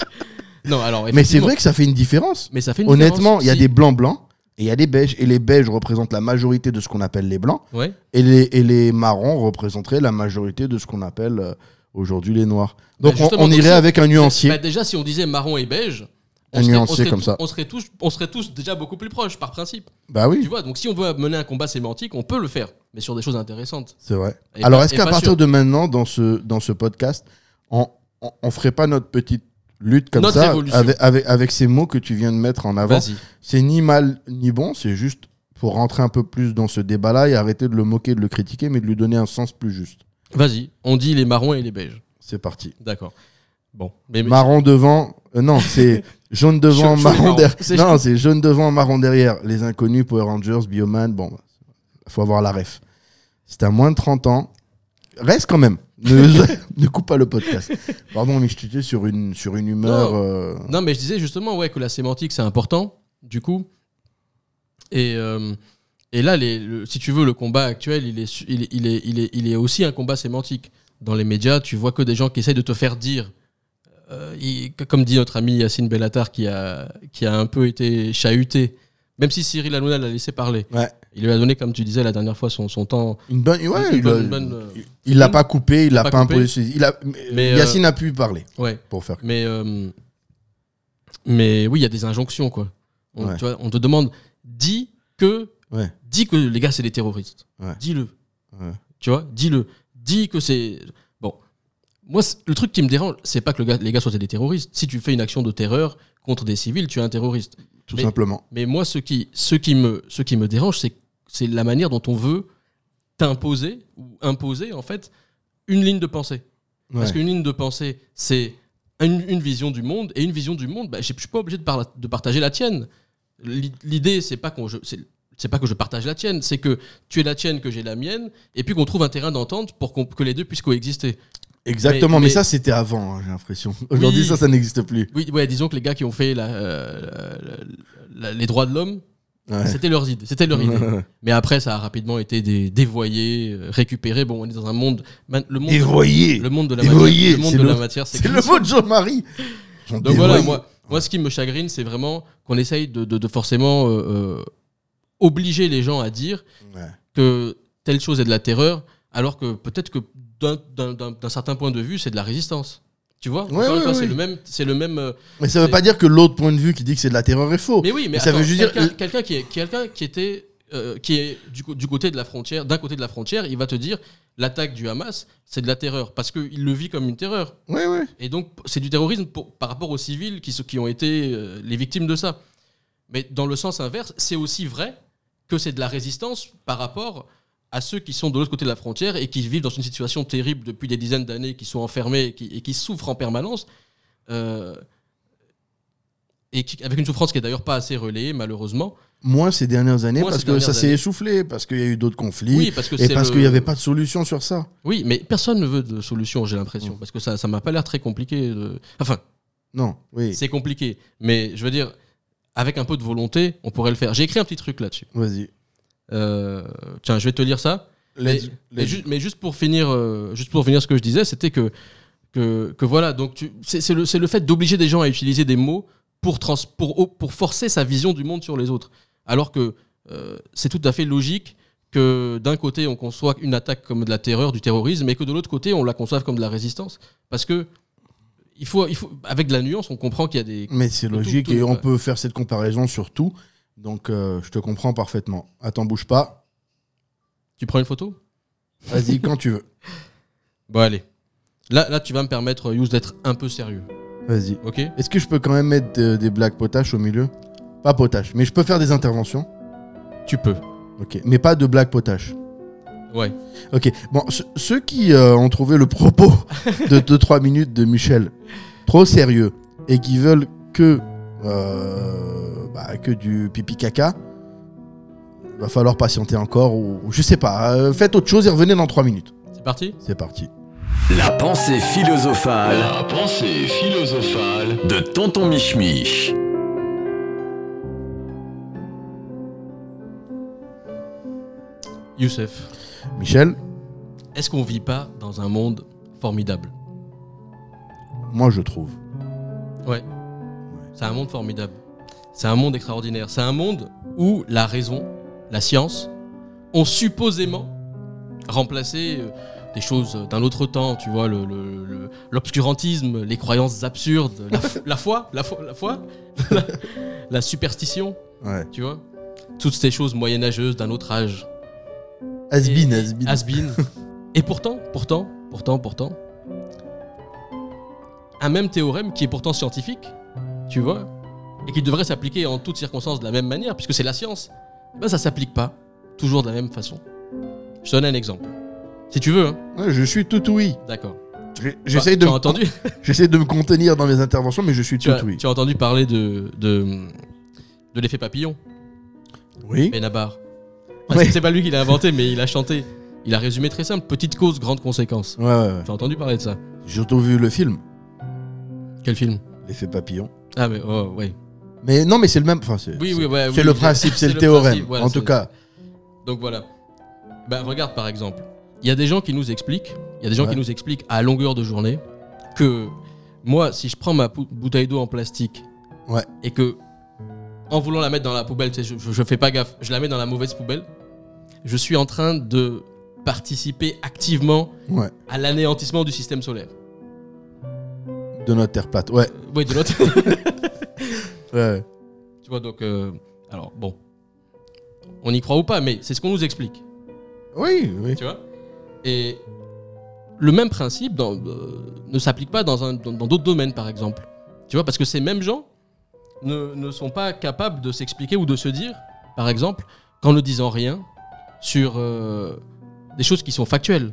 Speaker 9: non, alors,
Speaker 8: Mais c'est
Speaker 9: effectivement,
Speaker 8: vrai que ça fait une différence.
Speaker 9: Mais ça fait une
Speaker 8: Honnêtement,
Speaker 9: différence,
Speaker 8: il y a
Speaker 9: si-
Speaker 8: des blancs blancs et il y a des beiges. Et les beiges représentent la majorité de ce qu'on appelle les blancs.
Speaker 9: Ouais.
Speaker 8: Et les, et les marrons représenteraient la majorité de ce qu'on appelle euh, aujourd'hui les noirs. Donc
Speaker 9: Bah,
Speaker 8: on-
Speaker 9: justement,
Speaker 8: on,
Speaker 9: donc
Speaker 8: irait
Speaker 9: si-
Speaker 8: avec un
Speaker 9: Bah,
Speaker 8: nuancier.
Speaker 9: déjà, si on disait marron et beige,
Speaker 8: Un
Speaker 9: serait-
Speaker 8: nuancier
Speaker 9: serait
Speaker 8: comme
Speaker 9: tous-
Speaker 8: ça.
Speaker 9: on serait tous, on serait tous déjà beaucoup plus proches par principe.
Speaker 8: Bah
Speaker 9: Tu
Speaker 8: oui,
Speaker 9: vois, donc si on veut mener un combat sémantique, on peut le faire, mais sur des choses intéressantes.
Speaker 8: c'est vrai.
Speaker 9: Et
Speaker 8: Alors
Speaker 9: pas-
Speaker 8: est-ce
Speaker 9: et
Speaker 8: qu'à
Speaker 9: pas
Speaker 8: partir
Speaker 9: sûr.
Speaker 8: de maintenant, dans ce, dans ce podcast, on, on, on ferait pas notre petite lutte comme
Speaker 9: Notre
Speaker 8: ça
Speaker 9: révolution.
Speaker 8: avec, avec, avec ces mots que tu viens de mettre en avant
Speaker 9: Vas-y.
Speaker 8: c'est ni mal ni bon, c'est juste pour rentrer un peu plus dans ce débat-là et arrêter de le moquer, de le critiquer, mais de lui donner un sens plus juste.
Speaker 9: Vas-y, on dit les marrons et les beiges.
Speaker 8: C'est parti.
Speaker 9: D'accord. Bon, mais, mais-
Speaker 8: Marron devant, euh, non, c'est jaune devant,
Speaker 9: Chaud- chaud et
Speaker 8: marron
Speaker 9: marron.
Speaker 8: derrière.
Speaker 9: C'est
Speaker 8: Non, c'est jaune devant, marron derrière. Les inconnus, Power Rangers, Bioman, bon. bah, faut avoir la ref. Si t'as moins de 30 ans, reste quand même. Ne, ne coupe pas le podcast. Pardon, mais je t'étais sur une, sur une humeur.
Speaker 9: Non.
Speaker 8: euh,
Speaker 9: Non, mais je disais justement ouais, que la sémantique, c'est important, du coup. Et, euh, et là, les, le- si tu veux, le combat actuel, il est, su- il, est- il est, il, est, il est aussi un combat sémantique. Dans les médias, tu vois que des gens qui essayent de te faire dire, euh, il- que- comme dit notre ami Yacine Bellatar, qui a, qui a un peu été chahuté, même si Cyril Hanouna l'a laissé parler.
Speaker 8: Ouais.
Speaker 9: Il lui a donné, comme tu disais la dernière fois, son, son temps.
Speaker 8: Une bonne, ouais,
Speaker 9: une
Speaker 8: il
Speaker 9: bonne-
Speaker 8: a-
Speaker 9: une bonne, euh,
Speaker 8: il- il l'a pas coupé, il l'a
Speaker 9: pas
Speaker 8: pas,
Speaker 9: coupé.
Speaker 8: imposé. ses- Il a,
Speaker 9: Mais, euh,
Speaker 8: Yacine a pu parler
Speaker 9: Ouais.
Speaker 8: pour faire.
Speaker 9: Mais, euh, mais oui, il y a des injonctions, quoi. On,
Speaker 8: Ouais.
Speaker 9: tu vois, on te demande, dis que,
Speaker 8: Ouais.
Speaker 9: dis que les gars, c'est des terroristes.
Speaker 8: Ouais.
Speaker 9: Dis-le.
Speaker 8: Ouais.
Speaker 9: Tu vois, dis-le. Dis que c'est. Bon. Moi, c'est- le truc qui me dérange, c'est pas que le gars- les gars soient des terroristes. Si tu fais une action de terreur contre des civils, tu es un terroriste.
Speaker 8: Tout
Speaker 9: mais-
Speaker 8: simplement.
Speaker 9: Mais moi, ce qui, ce qui, me, ce qui me dérange, c'est, c'est la manière dont on veut t'imposer ou imposer, en fait, une ligne de pensée. Parce
Speaker 8: Ouais.
Speaker 9: qu'une ligne de pensée, c'est une, une vision du monde, et une vision du monde, bah, je ne suis pas obligé de, parla- de partager la tienne. L'i- L'idée, c'est pas qu'on je- c'est c'est pas que je partage la tienne, c'est que tu es la tienne, que j'ai la mienne, et puis qu'on trouve un terrain d'entente pour qu'on- que les deux puissent coexister.
Speaker 8: Exactement, mais,
Speaker 9: mais-
Speaker 8: ça c'était avant, hein, j'ai l'impression. Aujourd'hui ça, ça n'existe plus.
Speaker 9: Oui, ouais, disons que les gars qui ont fait la- euh, la- la- les droits de l'homme,
Speaker 8: Ouais.
Speaker 9: c'était leur idée. C'était leur idée. Mais après, ça a rapidement été dé- dévoyé, euh, récupéré. Bon, on est dans un monde, man- le monde,
Speaker 8: Dévoyé.
Speaker 9: le monde de la
Speaker 8: Dévoyé,
Speaker 9: matière, le monde
Speaker 8: c'est
Speaker 9: de
Speaker 8: le-
Speaker 9: la matière, c'est
Speaker 8: C'est le
Speaker 9: glissant.
Speaker 8: mot de Jean-Marie. Ils sont
Speaker 9: Donc voilà,
Speaker 8: dévoyés.
Speaker 9: moi, moi, ce qui me chagrine, c'est vraiment qu'on essaye de, de- de forcément euh, euh, obliger les gens à dire
Speaker 8: Ouais.
Speaker 9: que telle chose est de la terreur, alors que peut-être que d'un- d'un d'un- d'un certain point de vue, c'est de la résistance. Tu vois Encore
Speaker 8: Ouais,
Speaker 9: une
Speaker 8: ouais,
Speaker 9: fois,
Speaker 8: ouais.
Speaker 9: c'est le même, c'est le même. euh,
Speaker 8: Mais ça veut
Speaker 9: c'est-
Speaker 8: pas dire que l'autre point de vue qui dit que c'est de la terreur est faux.
Speaker 9: Mais oui, mais,
Speaker 8: Mais ça
Speaker 9: attends,
Speaker 8: veut juste dire-
Speaker 9: quelqu'un, quelqu'un qui est, quelqu'un qui était, euh, qui est du, co- du côté de la frontière, d'un côté de la frontière, il va te dire l'attaque du Hamas, c'est de la terreur, parce qu'il le vit comme une terreur.
Speaker 8: Ouais, ouais.
Speaker 9: Et donc, c'est du terrorisme pour- par rapport aux civils qui, se- qui ont été euh, les victimes de ça. Mais dans le sens inverse, c'est aussi vrai que c'est de la résistance par rapport à ceux qui sont de l'autre côté de la frontière et qui vivent dans une situation terrible depuis des dizaines d'années, qui sont enfermés et qui, et qui souffrent en permanence. euh, et qui- avec une souffrance qui est d'ailleurs pas assez relayée, malheureusement.
Speaker 8: Moins ces dernières années
Speaker 9: Moins
Speaker 8: parce
Speaker 9: ces
Speaker 8: que ça
Speaker 9: dernières
Speaker 8: s'est
Speaker 9: années.
Speaker 8: essoufflé, parce qu'il y a eu d'autres conflits.
Speaker 9: Oui, parce que
Speaker 8: Et
Speaker 9: c'est
Speaker 8: parce
Speaker 9: le-
Speaker 8: qu'il n'y avait pas de solution sur ça.
Speaker 9: Oui, mais personne ne veut de solution, j'ai
Speaker 8: Mmh.
Speaker 9: l'impression, parce que ça ça m'a pas l'air très compliqué. de- Enfin,
Speaker 8: Non, oui.
Speaker 9: c'est compliqué, mais je veux dire, avec un peu de volonté, on pourrait le faire. J'ai écrit un petit truc là-dessus.
Speaker 8: Vas-y.
Speaker 9: Euh, tiens, je vais te lire ça. Mais,
Speaker 8: Let's-
Speaker 9: mais
Speaker 8: let's-
Speaker 9: ju- mais juste pour finir, euh, juste pour finir ce que je disais, c'était que, que que voilà, donc tu- c'est c'est le c'est le fait d'obliger des gens à utiliser des mots pour trans pour pour forcer sa vision du monde sur les autres, alors que euh, c'est tout à fait logique que d'un côté on conçoit une attaque comme de la terreur, du terrorisme, et que de l'autre côté on la conçoive comme de la résistance, parce que il faut, il faut, avec de la nuance, on comprend qu'il y a des.
Speaker 8: Mais c'est
Speaker 9: Tout-
Speaker 8: logique
Speaker 9: tout-
Speaker 8: et
Speaker 9: euh,
Speaker 8: on
Speaker 9: ouais.
Speaker 8: peut faire cette comparaison sur tout. Donc euh, je te comprends parfaitement. Attends, bouge pas.
Speaker 9: Tu prends une photo
Speaker 8: Vas-y quand tu veux.
Speaker 9: Bon, allez. Là, là, tu vas me permettre, Yous, d'être un peu sérieux.
Speaker 8: Vas-y.
Speaker 9: Ok
Speaker 8: Est-ce que je peux quand même mettre de- des blagues potaches au milieu Pas potaches, mais je peux faire des interventions.
Speaker 9: Tu peux.
Speaker 8: Ok, mais pas de blagues potaches.
Speaker 9: Ouais.
Speaker 8: Ok, bon, ce- ceux qui euh, ont trouvé le propos de 2-3 minutes de Michel trop sérieux et qui veulent que, euh, bah, que du pipi caca, va falloir patienter encore ou ou je sais pas. euh, faites autre chose et revenez dans 3 minutes.
Speaker 9: C'est parti
Speaker 8: C'est parti.
Speaker 7: La pensée philosophale
Speaker 5: La pensée philosophale.
Speaker 7: de Tonton Michmich.
Speaker 9: Youssef,
Speaker 8: Michel,
Speaker 9: est-ce qu'on vit pas dans un monde formidable
Speaker 8: moi je trouve.
Speaker 9: Ouais. C'est un monde formidable. C'est un monde extraordinaire. C'est un monde où la raison, la science, ont supposément remplacé euh, des choses d'un autre temps, tu vois, le- le- le- l'obscurantisme, les croyances absurdes, la, f- la foi, la foi, la foi, la- la superstition,
Speaker 8: Ouais.
Speaker 9: tu vois. Toutes ces choses moyenâgeuses d'un autre âge.
Speaker 8: Asbin,
Speaker 9: Et-
Speaker 8: Asbin.
Speaker 9: Has-been. et pourtant, pourtant, pourtant, pourtant, un même théorème qui est pourtant scientifique, tu vois, et qui devrait s'appliquer en toutes circonstances de la même manière, puisque c'est la science, ben ça s'applique pas toujours de la même façon. Je te donne un exemple. Si tu veux, hein.
Speaker 8: Ouais, je suis tout oui.
Speaker 9: D'accord.
Speaker 8: J'ai- J'essaye de,
Speaker 9: Bah, Tu as
Speaker 8: me-
Speaker 9: entendu,
Speaker 8: j'essaye de me contenir dans mes interventions, mais je suis
Speaker 9: tu,
Speaker 8: tout
Speaker 9: as,
Speaker 8: oui.
Speaker 9: tu as entendu parler de, de, de l'effet papillon,
Speaker 8: Oui.
Speaker 9: Benabar. Enfin,
Speaker 8: Ouais.
Speaker 9: C'est pas lui qui l'a inventé, mais il a chanté. Il a résumé très simple petite cause, grande conséquence.
Speaker 8: Ouais, ouais, ouais.
Speaker 9: T'as entendu parler de ça
Speaker 8: J'ai surtout vu le film,
Speaker 9: Quel film
Speaker 8: L'effet papillon.
Speaker 9: Ah, mais oh, ouais.
Speaker 8: Mais non, mais c'est le même. Enfin, c'est
Speaker 9: Oui, oui, ouais,
Speaker 8: c'est
Speaker 9: oui,
Speaker 8: le principe, c'est le,
Speaker 9: principe,
Speaker 8: théorème.
Speaker 9: voilà,
Speaker 8: en tout
Speaker 9: c'est-
Speaker 8: cas,
Speaker 9: Donc voilà. Bah, regarde par exemple, il y a des gens qui nous expliquent, il y a des gens
Speaker 8: Ouais.
Speaker 9: qui nous expliquent à longueur de journée que moi, si je prends ma pou- bouteille d'eau en plastique
Speaker 8: Ouais.
Speaker 9: et que en voulant la mettre dans la poubelle, tu sais, je, je- je fais pas gaffe, je la mets dans la mauvaise poubelle, je suis en train de participer activement
Speaker 8: Ouais.
Speaker 9: à l'anéantissement du système solaire.
Speaker 8: de notre terre plate. Ouais.
Speaker 9: Euh, oui, de l'autre.
Speaker 8: ouais.
Speaker 9: tu vois, donc, euh, alors bon, on y croit ou pas, mais c'est ce qu'on nous explique.
Speaker 8: Oui, oui.
Speaker 9: Tu vois Et le même principe dans- euh, ne s'applique pas dans un- dans dans d'autres domaines, par exemple. Tu vois, parce que ces mêmes gens ne, ne sont pas capables de s'expliquer ou de se dire, par exemple, qu'en ne disant rien sur euh, des choses qui sont factuelles.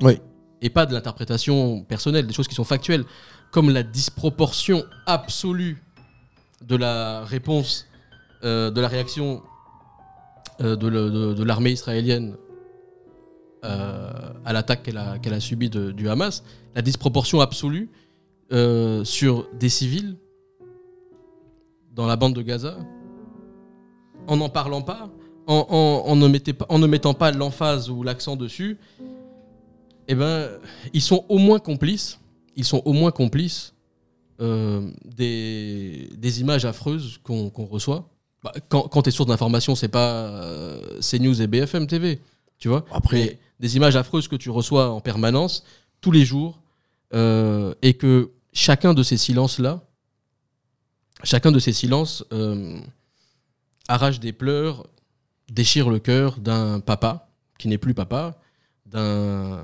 Speaker 8: Oui.
Speaker 9: Et pas de l'interprétation personnelle, des choses qui sont factuelles, comme la disproportion absolue de la réponse, euh, de la réaction euh, de le- de- de l'armée israélienne euh, à l'attaque qu'elle a, qu'elle a subie de- du Hamas, la disproportion absolue euh, sur des civils dans la bande de Gaza, en n'en parlant pas, en, en- en ne, mettait pas- en ne mettant pas l'emphase ou l'accent dessus, eh ben, ils sont au moins complices, ils sont au moins complices euh, des, des images affreuses qu'on qu'on reçoit. Bah, quand quand tes sources d'information, c'est pas euh, CNews et BFM TV, tu vois
Speaker 8: Après,
Speaker 9: mais des images affreuses que tu reçois en permanence, tous les jours, euh, et que chacun de ces silences-là, chacun de ces silences euh, arrache des pleurs, déchire le cœur d'un papa qui n'est plus papa, d'un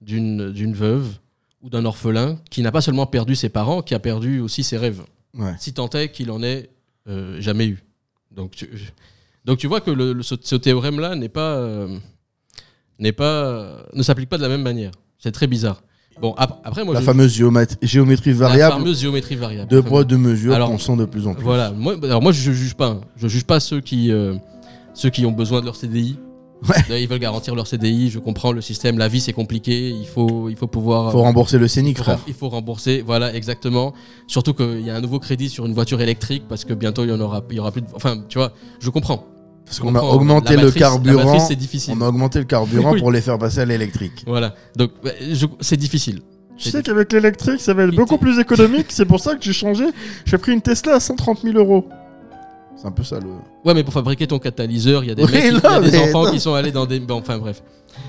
Speaker 9: d'une d'une veuve ou d'un orphelin qui n'a pas seulement perdu ses parents, qui a perdu aussi ses rêves
Speaker 8: ouais.
Speaker 9: si tant est qu'il en ait euh, jamais eu. Donc tu, donc tu vois que le- le- ce, ce théorème-là n'est pas, euh, n'est pas, euh, ne s'applique pas de la même manière. C'est très bizarre. Bon, ap- après, moi,
Speaker 8: la
Speaker 9: oh, je-
Speaker 8: fameuse géomat- géométrie
Speaker 9: la
Speaker 8: variable,
Speaker 9: fameuse géométrie variable.
Speaker 8: deux poids, deux mesures
Speaker 9: Alors,
Speaker 8: qu'on sent de plus en plus.
Speaker 9: Voilà. Moi, alors moi, je ne juge pas. hein. Je juge pas ceux qui, euh, ceux qui ont besoin de leur CDI. Là, Ils veulent garantir leur CDI. Je comprends le système. La vie, c'est compliqué. Il faut, il faut pouvoir.
Speaker 8: Faut rembourser le
Speaker 9: Il
Speaker 8: scénic,
Speaker 9: faut
Speaker 8: frère.
Speaker 9: rem- Il faut rembourser, voilà, exactement. Surtout qu'il y a un nouveau crédit sur une voiture électrique parce que bientôt il y en aura, il y aura plus. De... Enfin, tu vois, je comprends.
Speaker 8: Parce
Speaker 9: Je
Speaker 8: qu'on a
Speaker 9: comprends.
Speaker 8: augmenté
Speaker 9: La
Speaker 8: le
Speaker 9: matrice- la matrice,
Speaker 8: carburant.
Speaker 9: c'est difficile.
Speaker 8: On a augmenté le carburant
Speaker 9: Oui.
Speaker 8: pour les faire passer à l'électrique.
Speaker 9: Voilà, donc ouais, je- c'est difficile.
Speaker 11: Tu sais qu'avec l'électrique, ça va être beaucoup plus économique. C'est pour ça que j'ai changé. J'ai pris une Tesla à 130 000 euros.
Speaker 8: C'est un peu ça le.
Speaker 9: Ouais, mais pour fabriquer ton catalyseur, il y a des,
Speaker 8: Oui,
Speaker 9: mecs qui- il y
Speaker 8: non,
Speaker 9: a des
Speaker 8: mais
Speaker 9: enfants
Speaker 8: non.
Speaker 9: qui sont allés dans des. bon, enfin, bref.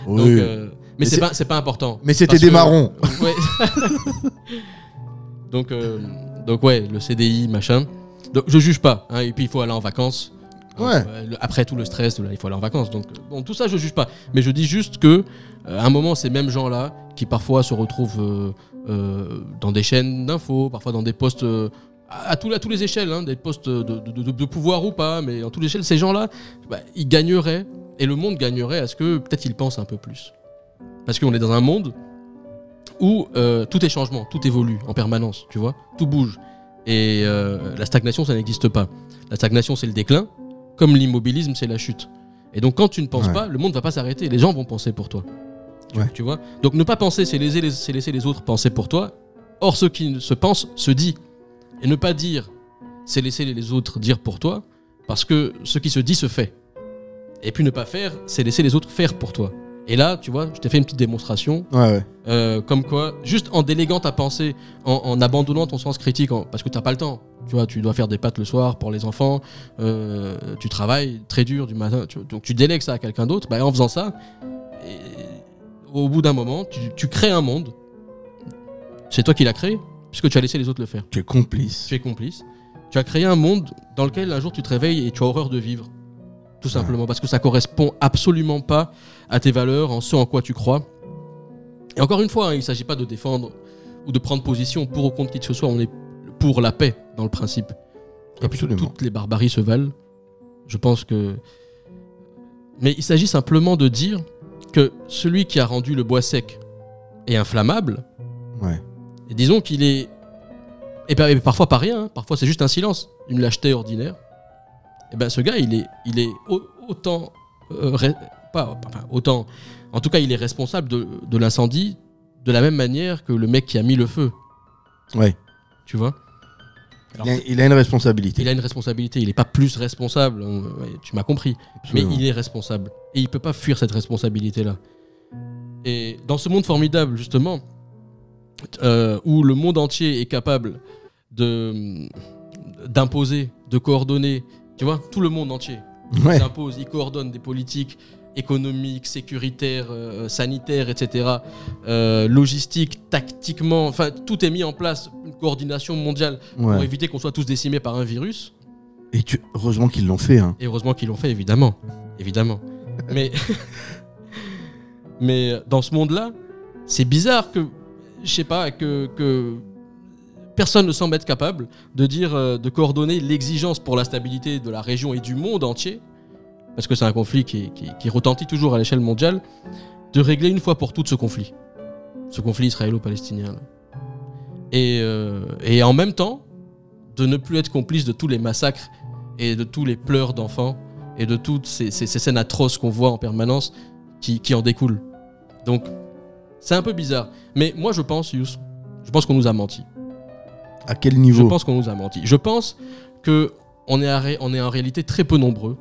Speaker 8: Oui.
Speaker 9: Donc, euh, mais
Speaker 8: Mais
Speaker 9: c'est
Speaker 8: c'est-
Speaker 9: pas, c'est pas important.
Speaker 8: Mais c'était
Speaker 9: Parce
Speaker 8: des
Speaker 9: que-
Speaker 8: marrons.
Speaker 9: Ouais. donc, euh, donc ouais, le CDI, machin. Donc je juge pas. hein, et puis il faut aller en vacances.
Speaker 8: Ouais.
Speaker 9: Euh, le- après tout le stress, de là, il faut aller en vacances. Donc euh, bon, tout ça je juge pas. Mais je dis juste que euh, à un moment ces mêmes gens là qui parfois se retrouvent euh, euh, dans des chaînes d'infos, parfois dans des postes euh, à, à tout- à tous les échelles, hein, des postes de, de- de- de pouvoir ou pas, mais à toutes les échelles, ces gens-là, bah, ils gagneraient et le monde gagnerait à ce que peut-être ils pensent un peu plus. Parce qu'on est dans un monde où euh, tout est changement, tout évolue en permanence, tu vois, tout bouge. Et euh, la stagnation, ça n'existe pas. La stagnation, c'est le déclin, comme l'immobilisme, c'est la chute. Et donc, quand tu ne penses
Speaker 8: Ouais.
Speaker 9: pas, le monde va pas s'arrêter. Les gens vont penser pour toi. Tu-
Speaker 8: Ouais.
Speaker 9: Tu vois Donc, ne pas penser, c'est laisser, les- c'est laisser les autres penser pour toi. Or, ce qui se pense se dit. Et ne pas dire, c'est laisser les autres dire pour toi, parce que ce qui se dit se fait. Et puis, ne pas faire, c'est laisser les autres faire pour toi. Et là, tu vois, je t'ai fait une petite démonstration
Speaker 8: Ouais, ouais.
Speaker 9: euh, comme quoi, juste en déléguant ta pensée, en, en abandonnant ton sens critique, en- parce que t'as pas le temps. Tu vois, tu dois faire des pâtes le soir pour les enfants, euh, tu travailles très dur du matin, tu- donc tu délègues ça à quelqu'un d'autre. Bah, en faisant ça, et- au bout d'un moment, tu, tu crées un monde. C'est toi qui l'as créé, puisque tu as laissé les autres le faire.
Speaker 8: Tu es complice.
Speaker 9: Tu es complice. Tu as créé un monde dans lequel un jour tu te réveilles et tu as horreur de vivre. Tout simplement, parce que ça correspond absolument pas à tes valeurs, en ce en quoi tu crois. Et encore une fois, hein, il ne s'agit pas de défendre ou de prendre position pour ou contre qui que ce soit. On est pour la paix, dans le principe. Et puis,
Speaker 8: Absolument.
Speaker 9: toutes les barbaries se valent. Je pense que. Mais il s'agit simplement de dire que celui qui a rendu le bois sec et inflammable,
Speaker 8: Ouais.
Speaker 9: et disons qu'il est. Et par- et parfois pas rien, hein. parfois c'est Eh juste un silence, une lâcheté ordinaire. Et ben ce gars, il est, il est au- autant euh, re- pas, pas- pas autant. En tout cas, il est responsable de, de l'incendie de la même manière que le mec qui a mis le feu.
Speaker 8: Ouais.
Speaker 9: Tu vois
Speaker 8: Il a- il a une responsabilité.
Speaker 9: Il a une responsabilité. Il n'est pas plus responsable. hein, ouais, Tu m'as compris.
Speaker 8: Absolument.
Speaker 9: Mais il est responsable. Et il peut pas fuir cette responsabilité-là. Et dans ce monde formidable, justement, euh, où le monde entier est capable de d'imposer, de coordonner, tu vois, tout le monde entier.
Speaker 8: Ouais.
Speaker 9: Il impose, il coordonne des politiques économiques, sécuritaires, euh, sanitaires, etc., euh, logistiques, tactiquement, enfin, tout est mis en place, une coordination mondiale pour
Speaker 8: Ouais.
Speaker 9: éviter qu'on soit tous décimés par un virus.
Speaker 8: Et tu... heureusement qu'ils l'ont fait. Hein.
Speaker 9: Et heureusement qu'ils l'ont fait, évidemment. Évidemment. Mais, mais dans ce monde-là, c'est bizarre que, je sais pas, que, que personne ne semble être capable de dire, euh, de coordonner l'exigence pour la stabilité de la région et du monde entier, parce que c'est un conflit qui, qui- qui retentit toujours à l'échelle mondiale, de régler une fois pour toutes ce conflit. Ce conflit israélo-palestinien. là. Et, euh, et en même temps, de ne plus être complice de tous les massacres et de tous les pleurs d'enfants et de toutes ces, ces- ces scènes atroces qu'on voit en permanence qui, qui en découlent. Donc, c'est un peu bizarre. Mais moi, je pense, Yous, je pense qu'on nous a menti.
Speaker 8: À quel niveau
Speaker 9: Je pense qu'on nous a menti. Je pense que on est, à ré- on est en réalité très peu nombreux,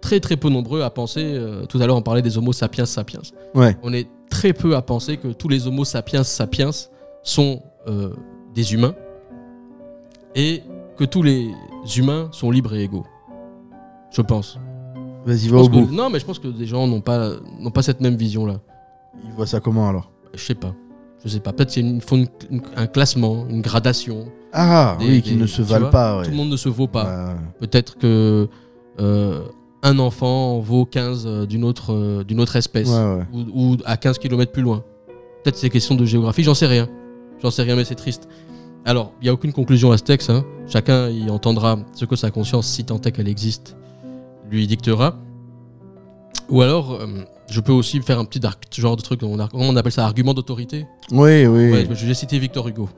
Speaker 9: très très peu nombreux à penser. euh, tout à l'heure, on parlait des Homo sapiens sapiens.
Speaker 8: Ouais.
Speaker 9: On est très peu à penser que tous les Homo sapiens sapiens sont euh, des humains et que tous les humains sont libres et égaux. Je pense.
Speaker 8: Vas-y,
Speaker 9: Je
Speaker 8: va
Speaker 9: pense
Speaker 8: au bout.
Speaker 9: que- non, mais je pense que des gens n'ont pas, n'ont pas cette même vision-là.
Speaker 8: Ils voient ça comment alors
Speaker 9: Je sais pas. Je sais pas. Peut-être qu'il y a une- faut une- une- un classement, une gradation.
Speaker 8: Ah,
Speaker 9: Des-
Speaker 8: oui, qu'ils
Speaker 9: des-
Speaker 8: ne se
Speaker 9: tu
Speaker 8: valent
Speaker 9: vois,
Speaker 8: pas. ouais.
Speaker 9: Tout le monde ne se vaut pas.
Speaker 8: Ouais, ouais.
Speaker 9: Peut-être que euh, un enfant vaut 15 euh, d'une autre, euh, d'une autre espèce
Speaker 8: Ouais, ouais.
Speaker 9: Ou, ou à 15 km plus loin. Peut-être c'est question de géographie, j'en sais rien. J'en sais rien, mais c'est triste. Alors, il n'y a aucune conclusion à ce texte. hein. Chacun y entendra ce que sa conscience, si tant est qu'elle existe, lui dictera. Ou alors, euh, je peux aussi faire un petit dark- genre de truc, on, a- on appelle ça argument d'autorité.
Speaker 8: Oui, oui.
Speaker 9: Ouais, je vais citer Victor Hugo.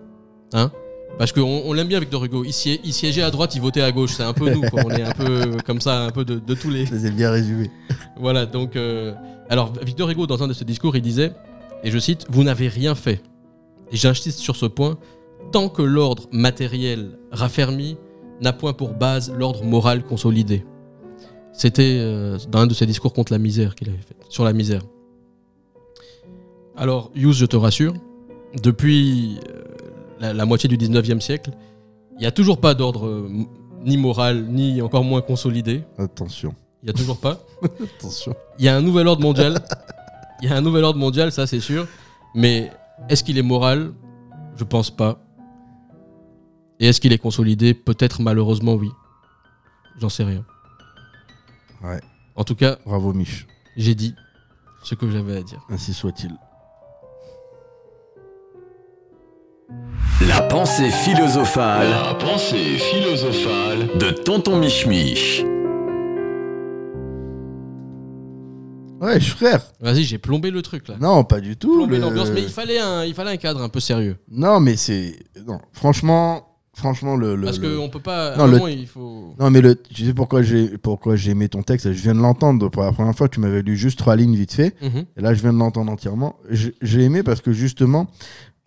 Speaker 9: Hein Parce qu'on on, l'aime bien, Victor Hugo. Il, sié- il siégeait à droite, il votait à gauche. C'est un peu nous, quoi. On est un peu comme ça, un peu de, de tous les.
Speaker 8: Ça, c'est bien résumé.
Speaker 9: Voilà, donc. euh, Alors, Victor Hugo, dans un de ses discours, il disait, et je cite Vous n'avez rien fait. Et j'insiste sur ce point tant que l'ordre matériel raffermi n'a point pour base l'ordre moral consolidé. C'était euh, dans un de ses discours contre la misère qu'il avait fait, sur la misère. Alors, Hughes, je te rassure, depuis euh, la, la moitié du 19e siècle, il n'y a toujours pas d'ordre euh, m- ni moral, ni encore moins consolidé.
Speaker 8: Attention,
Speaker 9: Il n'y a toujours pas.
Speaker 8: attention.
Speaker 9: Il y a un nouvel ordre mondial. Il y a un nouvel ordre mondial, ça c'est sûr. Mais est-ce qu'il est moral Je pense pas. Et est-ce qu'il est consolidé Peut-être malheureusement oui. J'en sais rien.
Speaker 8: Ouais.
Speaker 9: En tout cas,
Speaker 8: Bravo, Mich.
Speaker 9: j'ai dit ce que j'avais à dire.
Speaker 8: Ainsi soit-il.
Speaker 7: La pensée philosophale
Speaker 5: La pensée philosophale
Speaker 7: de Tonton Mich Mich.
Speaker 8: Ouais, frère.
Speaker 9: Vas-y, j'ai plombé le truc là.
Speaker 8: Non, pas du tout.
Speaker 9: plombé
Speaker 8: le-
Speaker 9: l'ambiance, mais il fallait, un, il fallait un cadre un peu sérieux.
Speaker 8: Non, mais c'est. Non, franchement, franchement, le. le-
Speaker 9: Parce
Speaker 8: le-
Speaker 9: qu'on peut pas. à
Speaker 8: Non,
Speaker 9: un
Speaker 8: le-
Speaker 9: moment, il faut.
Speaker 8: Non, mais le. Tu sais pourquoi j'ai pourquoi j'ai aimé ton texte Je viens de l'entendre pour la première fois. Tu m'avais lu juste trois lignes vite fait.
Speaker 9: Mhm.
Speaker 8: Et là, je viens de l'entendre entièrement. J'ai j'ai aimé parce que justement,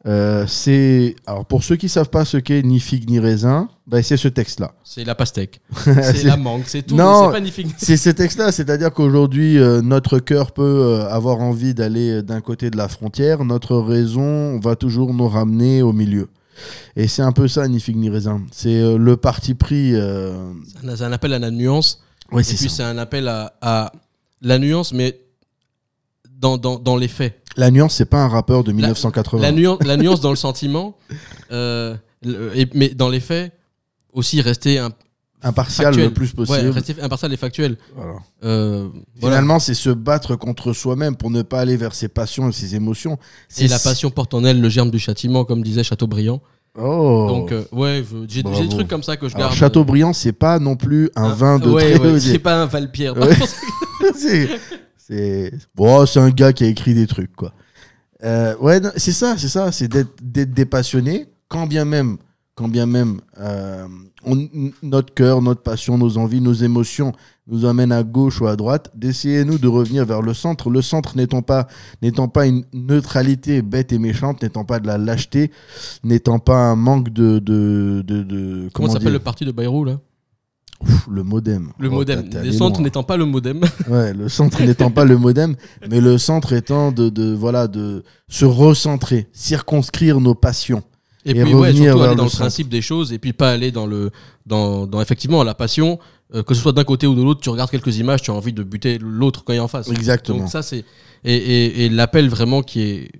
Speaker 8: euh, c'est. Alors, pour ceux qui savent pas ce qu'est ni figue ni raisin, bah, c'est ce texte-là.
Speaker 9: C'est la pastèque.
Speaker 8: C'est-
Speaker 9: c'est la mangue, c'est tout.
Speaker 8: Non.
Speaker 9: C'est pas ni figue ni-
Speaker 8: C'est ce texte-là, c'est-à-dire qu'aujourd'hui, euh, notre cœur peut euh, avoir envie d'aller euh, d'un côté de la frontière, notre raison va toujours nous ramener au milieu. Et c'est un peu ça, ni figue ni raisin. C'est euh, le parti pris. euh,
Speaker 9: C'est un appel à la nuance.
Speaker 8: Ouais,
Speaker 9: Et
Speaker 8: c'est
Speaker 9: puis
Speaker 8: ça.
Speaker 9: c'est un appel à, à la nuance, mais dans, dans, dans les faits.
Speaker 8: La nuance, c'est pas un rappeur de
Speaker 9: La-
Speaker 8: 1980.
Speaker 9: La, nuance, la nuance dans le sentiment, euh, le- et- mais dans les faits, aussi rester un,
Speaker 8: Impartial
Speaker 9: factuel.
Speaker 8: le plus
Speaker 9: ouais,
Speaker 8: possible.
Speaker 9: rester impartial et factuel.
Speaker 8: Voilà.
Speaker 9: Euh, voilà.
Speaker 8: Finalement, c'est se battre contre soi-même pour ne pas aller vers ses passions et ses émotions.
Speaker 9: Et la passion porte en elle le germe du châtiment, comme disait Chateaubriand.
Speaker 8: Oh.
Speaker 9: Donc, euh, ouais, je- j'ai j'ai
Speaker 8: Bravo.
Speaker 9: des trucs comme ça que je
Speaker 8: Alors,
Speaker 9: garde. euh,
Speaker 8: Chateaubriand, c'est pas non plus un vin de
Speaker 9: ouais,
Speaker 8: très
Speaker 9: ouais,
Speaker 8: haut-
Speaker 9: C'est pas un Valpierre.
Speaker 8: Ouais. c'est c'est bon, c'est un gars qui a écrit des trucs quoi. Euh, ouais, non, c'est ça, c'est ça, c'est d'être d'être dépassionné, quand bien même quand bien même euh, on- notre cœur, notre passion, nos envies, nos émotions nous amènent à gauche ou à droite, d'essayer-nous de revenir vers le centre. Le centre n'étant pas, n'étant pas une neutralité bête et méchante, n'étant pas de la lâcheté, n'étant pas un manque de... de, de, de-
Speaker 9: Comment ça s'appelle
Speaker 8: dire
Speaker 9: le parti de Bayrou là
Speaker 8: Ouf, le modem.
Speaker 9: Le
Speaker 8: Oh,
Speaker 9: modem.
Speaker 8: t'as- t'es
Speaker 9: Le
Speaker 8: allé
Speaker 9: centre
Speaker 8: loin.
Speaker 9: n'étant pas le modem.
Speaker 8: Ouais, le centre n'étant pas le modem, mais le centre étant de, de voilà de se recentrer, circonscrire nos passions
Speaker 9: Et, puis ouais, surtout aller dans le
Speaker 8: centre.
Speaker 9: principe des choses et puis pas aller dans le dans, dans effectivement la passion euh, que ce soit d'un côté ou de l'autre tu regardes quelques images tu as envie de buter l'autre quand il est en face
Speaker 8: Exactement.
Speaker 9: donc ça c'est et, et, et l'appel vraiment qui est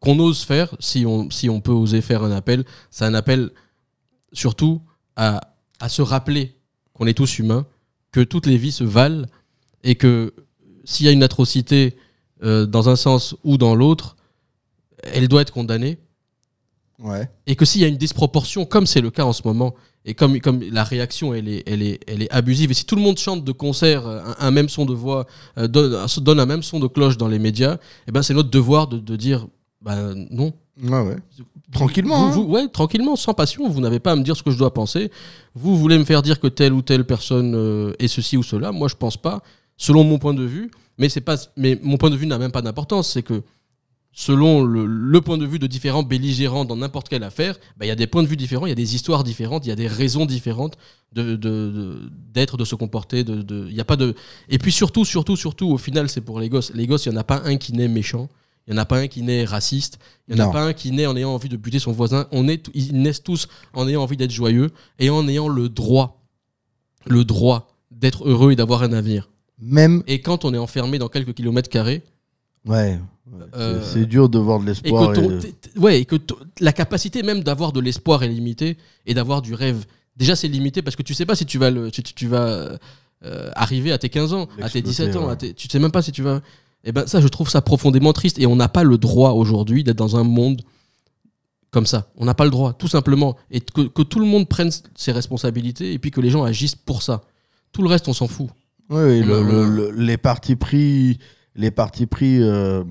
Speaker 9: qu'on ose faire si on si on peut oser faire un appel c'est un appel surtout à, à se rappeler qu'on est tous humains que toutes les vies se valent et que s'il y a une atrocité euh, dans un sens ou dans l'autre elle doit être condamnée
Speaker 8: Ouais.
Speaker 9: et que s'il y a une disproportion, comme c'est le cas en ce moment, et comme, comme la réaction elle est, elle, est, elle est abusive, et si tout le monde chante de concert euh, un, un même son de voix, euh, donne, un- donne un même son de cloche dans les médias, et ben c'est notre devoir de, de dire ben non.
Speaker 8: Ouais, ouais. Tranquillement,
Speaker 9: Vous-
Speaker 8: hein.
Speaker 9: vous- ouais, tranquillement, sans passion. Vous n'avez pas à me dire ce que je dois penser. Vous voulez me faire dire que telle ou telle personne euh, est ceci ou cela. Moi, je pense pas, selon mon point de vue. Mais c'est pas. Mais mon point de vue n'a même pas d'importance. C'est que selon le, le point de vue de différents belligérants dans n'importe quelle affaire, bah, il y a des points de vue différents, il y a des histoires différentes, il y a des raisons différentes de- de- de- d'être, de, se comporter. De, de- il y a pas de... Et puis surtout, surtout, surtout, au final, c'est pour les gosses. Les gosses, il n'y en a pas un qui naît méchant, il n'y en a pas un qui naît raciste, il n'y en
Speaker 8: Non.
Speaker 9: a pas un qui naît en ayant envie de buter son voisin. On est, ils naissent tous en ayant envie d'être joyeux et en ayant le droit, le droit d'être heureux et d'avoir un avenir.
Speaker 8: Même-
Speaker 9: Et quand on est enfermé dans quelques kilomètres carrés,
Speaker 8: Ouais. ouais.
Speaker 9: Euh,
Speaker 8: C'est c'est dur de voir euh, de
Speaker 9: et
Speaker 8: l'espoir.
Speaker 9: que, ton-
Speaker 8: et-
Speaker 9: t- t- ouais, et que t- la capacité même d'avoir de l'espoir est limitée et d'avoir du rêve. Déjà, c'est limité parce que tu sais pas si tu vas, le, tu, tu- tu vas euh, arriver à tes 15 ans, à tes 17 ans.
Speaker 8: ouais.
Speaker 9: à tes- tu sais même pas si tu vas. Et ben ça, je trouve ça profondément triste. Et on n'a pas le droit aujourd'hui d'être dans un monde comme ça. On n'a pas le droit, tout simplement. Et que, que tout le monde prenne ses responsabilités et puis que les gens agissent pour ça. Tout le reste, on s'en fout.
Speaker 8: Ouais, ouais,
Speaker 9: On
Speaker 8: le-
Speaker 9: a- on a-
Speaker 8: le- le- les partis pris, les partis pris euh,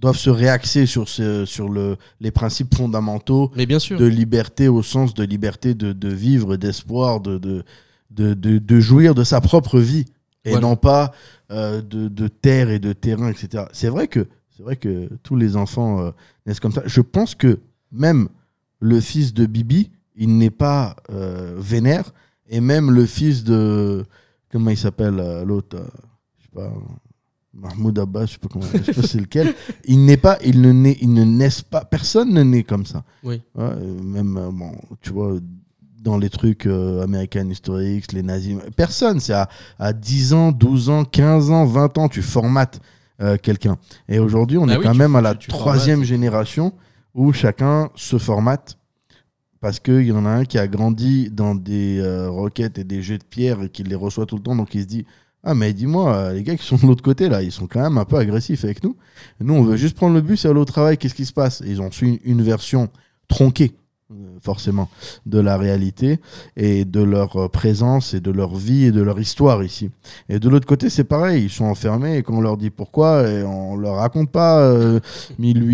Speaker 8: doivent se réaxer sur, ce, sur le, les principes fondamentaux
Speaker 9: Mais bien sûr.
Speaker 8: de liberté au sens de liberté de, de vivre, d'espoir, de, de, de, de- de jouir de sa propre vie et
Speaker 9: Voilà.
Speaker 8: non pas euh, de, de terre et de terrain, etc. C'est vrai que c'est vrai que tous les enfants euh, naissent comme ça. Je pense que même le fils de Bibi, il n'est pas euh, vénère, et même le fils de comment il s'appelle euh, l'autre, euh, je sais pas. Mahmoud Abbas, je sais pas comment, je sais pas c'est lequel. Il n'est pas, il ne naît, il ne naissent pas. Personne ne naît comme ça.
Speaker 9: Oui.
Speaker 8: Ouais, euh, même, euh, bon, tu vois, dans les trucs euh, American History X, les nazis, personne. C'est à, à 10 ans, 12 ans, 15 ans, 20 ans, tu formates euh, quelqu'un. Et aujourd'hui, on
Speaker 9: Bah
Speaker 8: est
Speaker 9: oui,
Speaker 8: quand
Speaker 9: tu-
Speaker 8: même à la
Speaker 9: tu- tu
Speaker 8: troisième génération où chacun se formate parce qu'il y en a un qui a grandi dans des euh, roquettes et des jets de pierre et qui les reçoit tout le temps, donc il se dit Ah, mais dis-moi, euh, les gars qui sont de l'autre côté, là, ils sont quand même un peu agressifs avec nous. Nous,
Speaker 9: Mm.
Speaker 8: on veut juste prendre le bus et aller au travail, qu'est-ce qui se passe Et Ils ont su une, une version tronquée, euh, forcément, de la réalité et de leur euh, présence et de leur vie et de leur histoire ici. Et de l'autre côté, c'est pareil, ils sont enfermés et quand on leur dit pourquoi, et on leur raconte pas euh,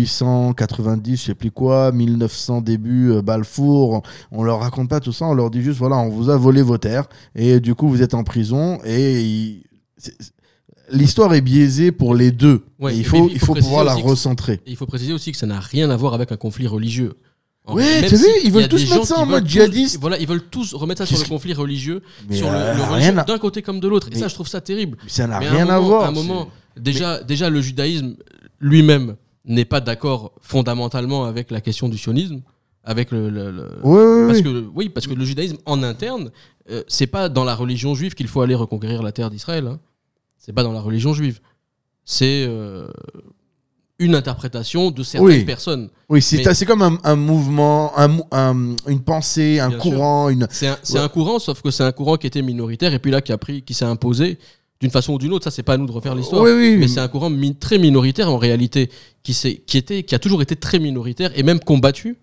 Speaker 8: 1890, je sais plus quoi, 1900 début, euh, Balfour, on leur raconte pas tout ça, on leur dit juste voilà, on vous a volé vos terres et du coup vous êtes en prison et ils- c'est- c'est- l'histoire est biaisée pour les deux.
Speaker 9: Ouais,
Speaker 8: Et
Speaker 9: et
Speaker 8: il faut,
Speaker 9: puis,
Speaker 8: il faut pouvoir la
Speaker 9: préciser aussi que-
Speaker 8: recentrer.
Speaker 9: et il faut préciser aussi que ça n'a rien à voir avec un conflit religieux. En-
Speaker 8: Ouais,
Speaker 9: même
Speaker 8: t'as vu, ils
Speaker 9: il y
Speaker 8: veulent
Speaker 9: a
Speaker 8: tous
Speaker 9: des
Speaker 8: mettre
Speaker 9: gens
Speaker 8: ça
Speaker 9: qui
Speaker 8: en mode
Speaker 9: veulent tous-
Speaker 8: djihadiste.
Speaker 9: Voilà, ils veulent tous remettre ça sur
Speaker 8: Qu'est-ce
Speaker 9: le conflit religieux,
Speaker 8: Mais,
Speaker 9: sur le,
Speaker 8: euh,
Speaker 9: le
Speaker 8: rien
Speaker 9: religieux
Speaker 8: à-
Speaker 9: d'un côté comme de l'autre. Et
Speaker 8: Mais-
Speaker 9: ça, je trouve ça terrible.
Speaker 8: Ça n'a
Speaker 9: Mais à un
Speaker 8: rien à
Speaker 9: moment-
Speaker 8: voir,
Speaker 9: à un
Speaker 8: c'est-
Speaker 9: moment, déjà, déjà, le judaïsme lui-même n'est pas d'accord fondamentalement avec la question du sionisme, avec le, le- le-
Speaker 8: Ouais, ouais,
Speaker 9: parce
Speaker 8: ouais.
Speaker 9: que oui, parce que le judaïsme en interne, euh, c'est pas dans la religion juive qu'il faut aller reconquérir la terre d'Israël. hein. C'est pas dans la religion juive. C'est euh, une interprétation de certaines
Speaker 8: Oui.
Speaker 9: personnes.
Speaker 8: Oui, c'est
Speaker 9: Mais-
Speaker 8: c'est comme un, un mouvement, un, mou- un- une pensée, un
Speaker 9: Bien sûr.
Speaker 8: courant, une.
Speaker 9: C'est un, c'est
Speaker 8: Ouais.
Speaker 9: un courant, sauf que c'est un courant qui était minoritaire et puis là qui a pris, qui s'est imposé d'une façon ou d'une autre. Ça, c'est pas à nous de refaire l'histoire.
Speaker 8: Oui, oui,
Speaker 9: mais
Speaker 8: oui.
Speaker 9: c'est un courant mi- très minoritaire en réalité, qui, s'est- qui, était, qui a toujours été très minoritaire et même combattu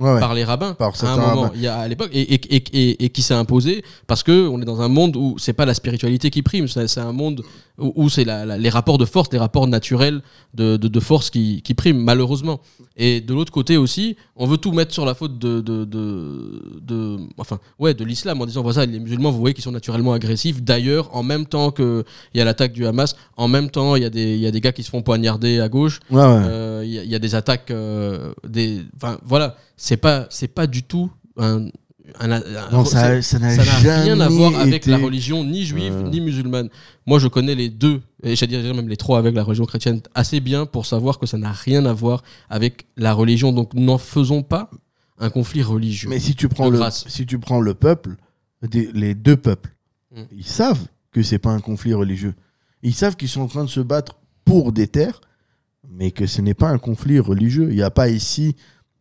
Speaker 8: Ouais, ouais.
Speaker 9: par les rabbins
Speaker 8: Par
Speaker 9: à
Speaker 8: certains
Speaker 9: un moment,
Speaker 8: rabbins.
Speaker 9: il y a, à l'époque, et, et- et- et- et qui s'est imposé parce que on est dans un monde où c'est pas la spiritualité qui prime, c'est c'est un monde où, où c'est la- la- les rapports de force, les rapports naturels de, de- de force qui, qui priment, malheureusement. Et de l'autre côté aussi, on veut tout mettre sur la faute de, de, de, de- enfin, ouais, de l'islam en disant voilà, les musulmans, vous voyez, qui sont naturellement agressifs. D'ailleurs, en même temps qu'il y a l'attaque du Hamas, en même temps, il y, a des- il y a des gars qui se font poignarder à gauche.
Speaker 8: Ouais, ouais.
Speaker 9: Euh, Il y, a- il y a des attaques. euh, des, enfin, voilà, c'est pas, c'est pas du tout un. un- un-
Speaker 8: Non, ça- ça n'a
Speaker 9: rien à
Speaker 8: jamais
Speaker 9: voir avec
Speaker 8: été-
Speaker 9: la religion ni juive ni musulmane. Moi, je connais les deux, et j'allais dire même les trois avec la religion chrétienne assez bien pour savoir que ça n'a rien à voir avec la religion. Donc, n'en faisons pas un conflit religieux.
Speaker 8: Mais si tu prends
Speaker 9: De
Speaker 8: le,
Speaker 9: grâce.
Speaker 8: si tu prends le peuple, des- les deux peuples,
Speaker 9: Mm.
Speaker 8: ils savent que c'est pas un conflit religieux. Ils savent qu'ils sont en train de se battre pour des terres, mais que ce n'est pas un conflit religieux. Il n'y a pas ici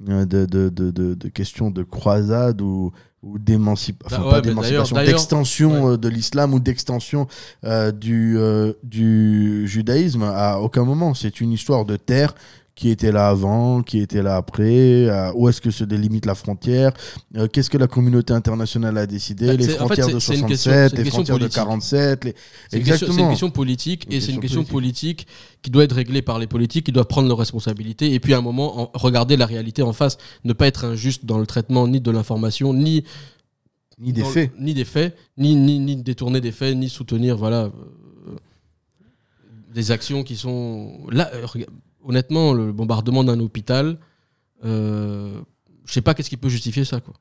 Speaker 8: euh, de, de, de, de, de question de croisade ou, ou d'émancipation,
Speaker 9: Bah
Speaker 8: enfin
Speaker 9: ouais,
Speaker 8: pas
Speaker 9: mais
Speaker 8: d'émancipation,
Speaker 9: d'ailleurs- d'ailleurs-
Speaker 8: d'extension euh, de l'islam ou d'extension euh, du, euh, du judaïsme à aucun moment. C'est une histoire de terre qui était là avant, qui était là après, euh, où est-ce que se délimite la frontière, euh, qu'est-ce que la communauté internationale a décidé,
Speaker 9: Bah,
Speaker 8: les
Speaker 9: c'est- en fait,
Speaker 8: frontières
Speaker 9: c'est-
Speaker 8: de
Speaker 9: c'est une question-
Speaker 8: 67,
Speaker 9: c'est une
Speaker 8: les
Speaker 9: question
Speaker 8: frontières de
Speaker 9: politique.
Speaker 8: 47, les...
Speaker 9: C'est une, question- c'est une
Speaker 8: exactement.
Speaker 9: question politique
Speaker 8: Une
Speaker 9: et c'est une
Speaker 8: question
Speaker 9: question politique. qui doit être réglée par les politiques, qui doivent prendre leurs responsabilités et puis à un moment en- regarder la réalité en face, ne pas être injuste dans le traitement ni de l'information ni
Speaker 8: ni des
Speaker 9: dans le-
Speaker 8: faits.
Speaker 9: ni des faits, ni, ni, ni détourner des faits, ni soutenir voilà euh, des actions qui sont là. euh, rega- honnêtement, le bombardement d'un hôpital, euh, je sais pas qu'est-ce qui peut justifier ça quoi.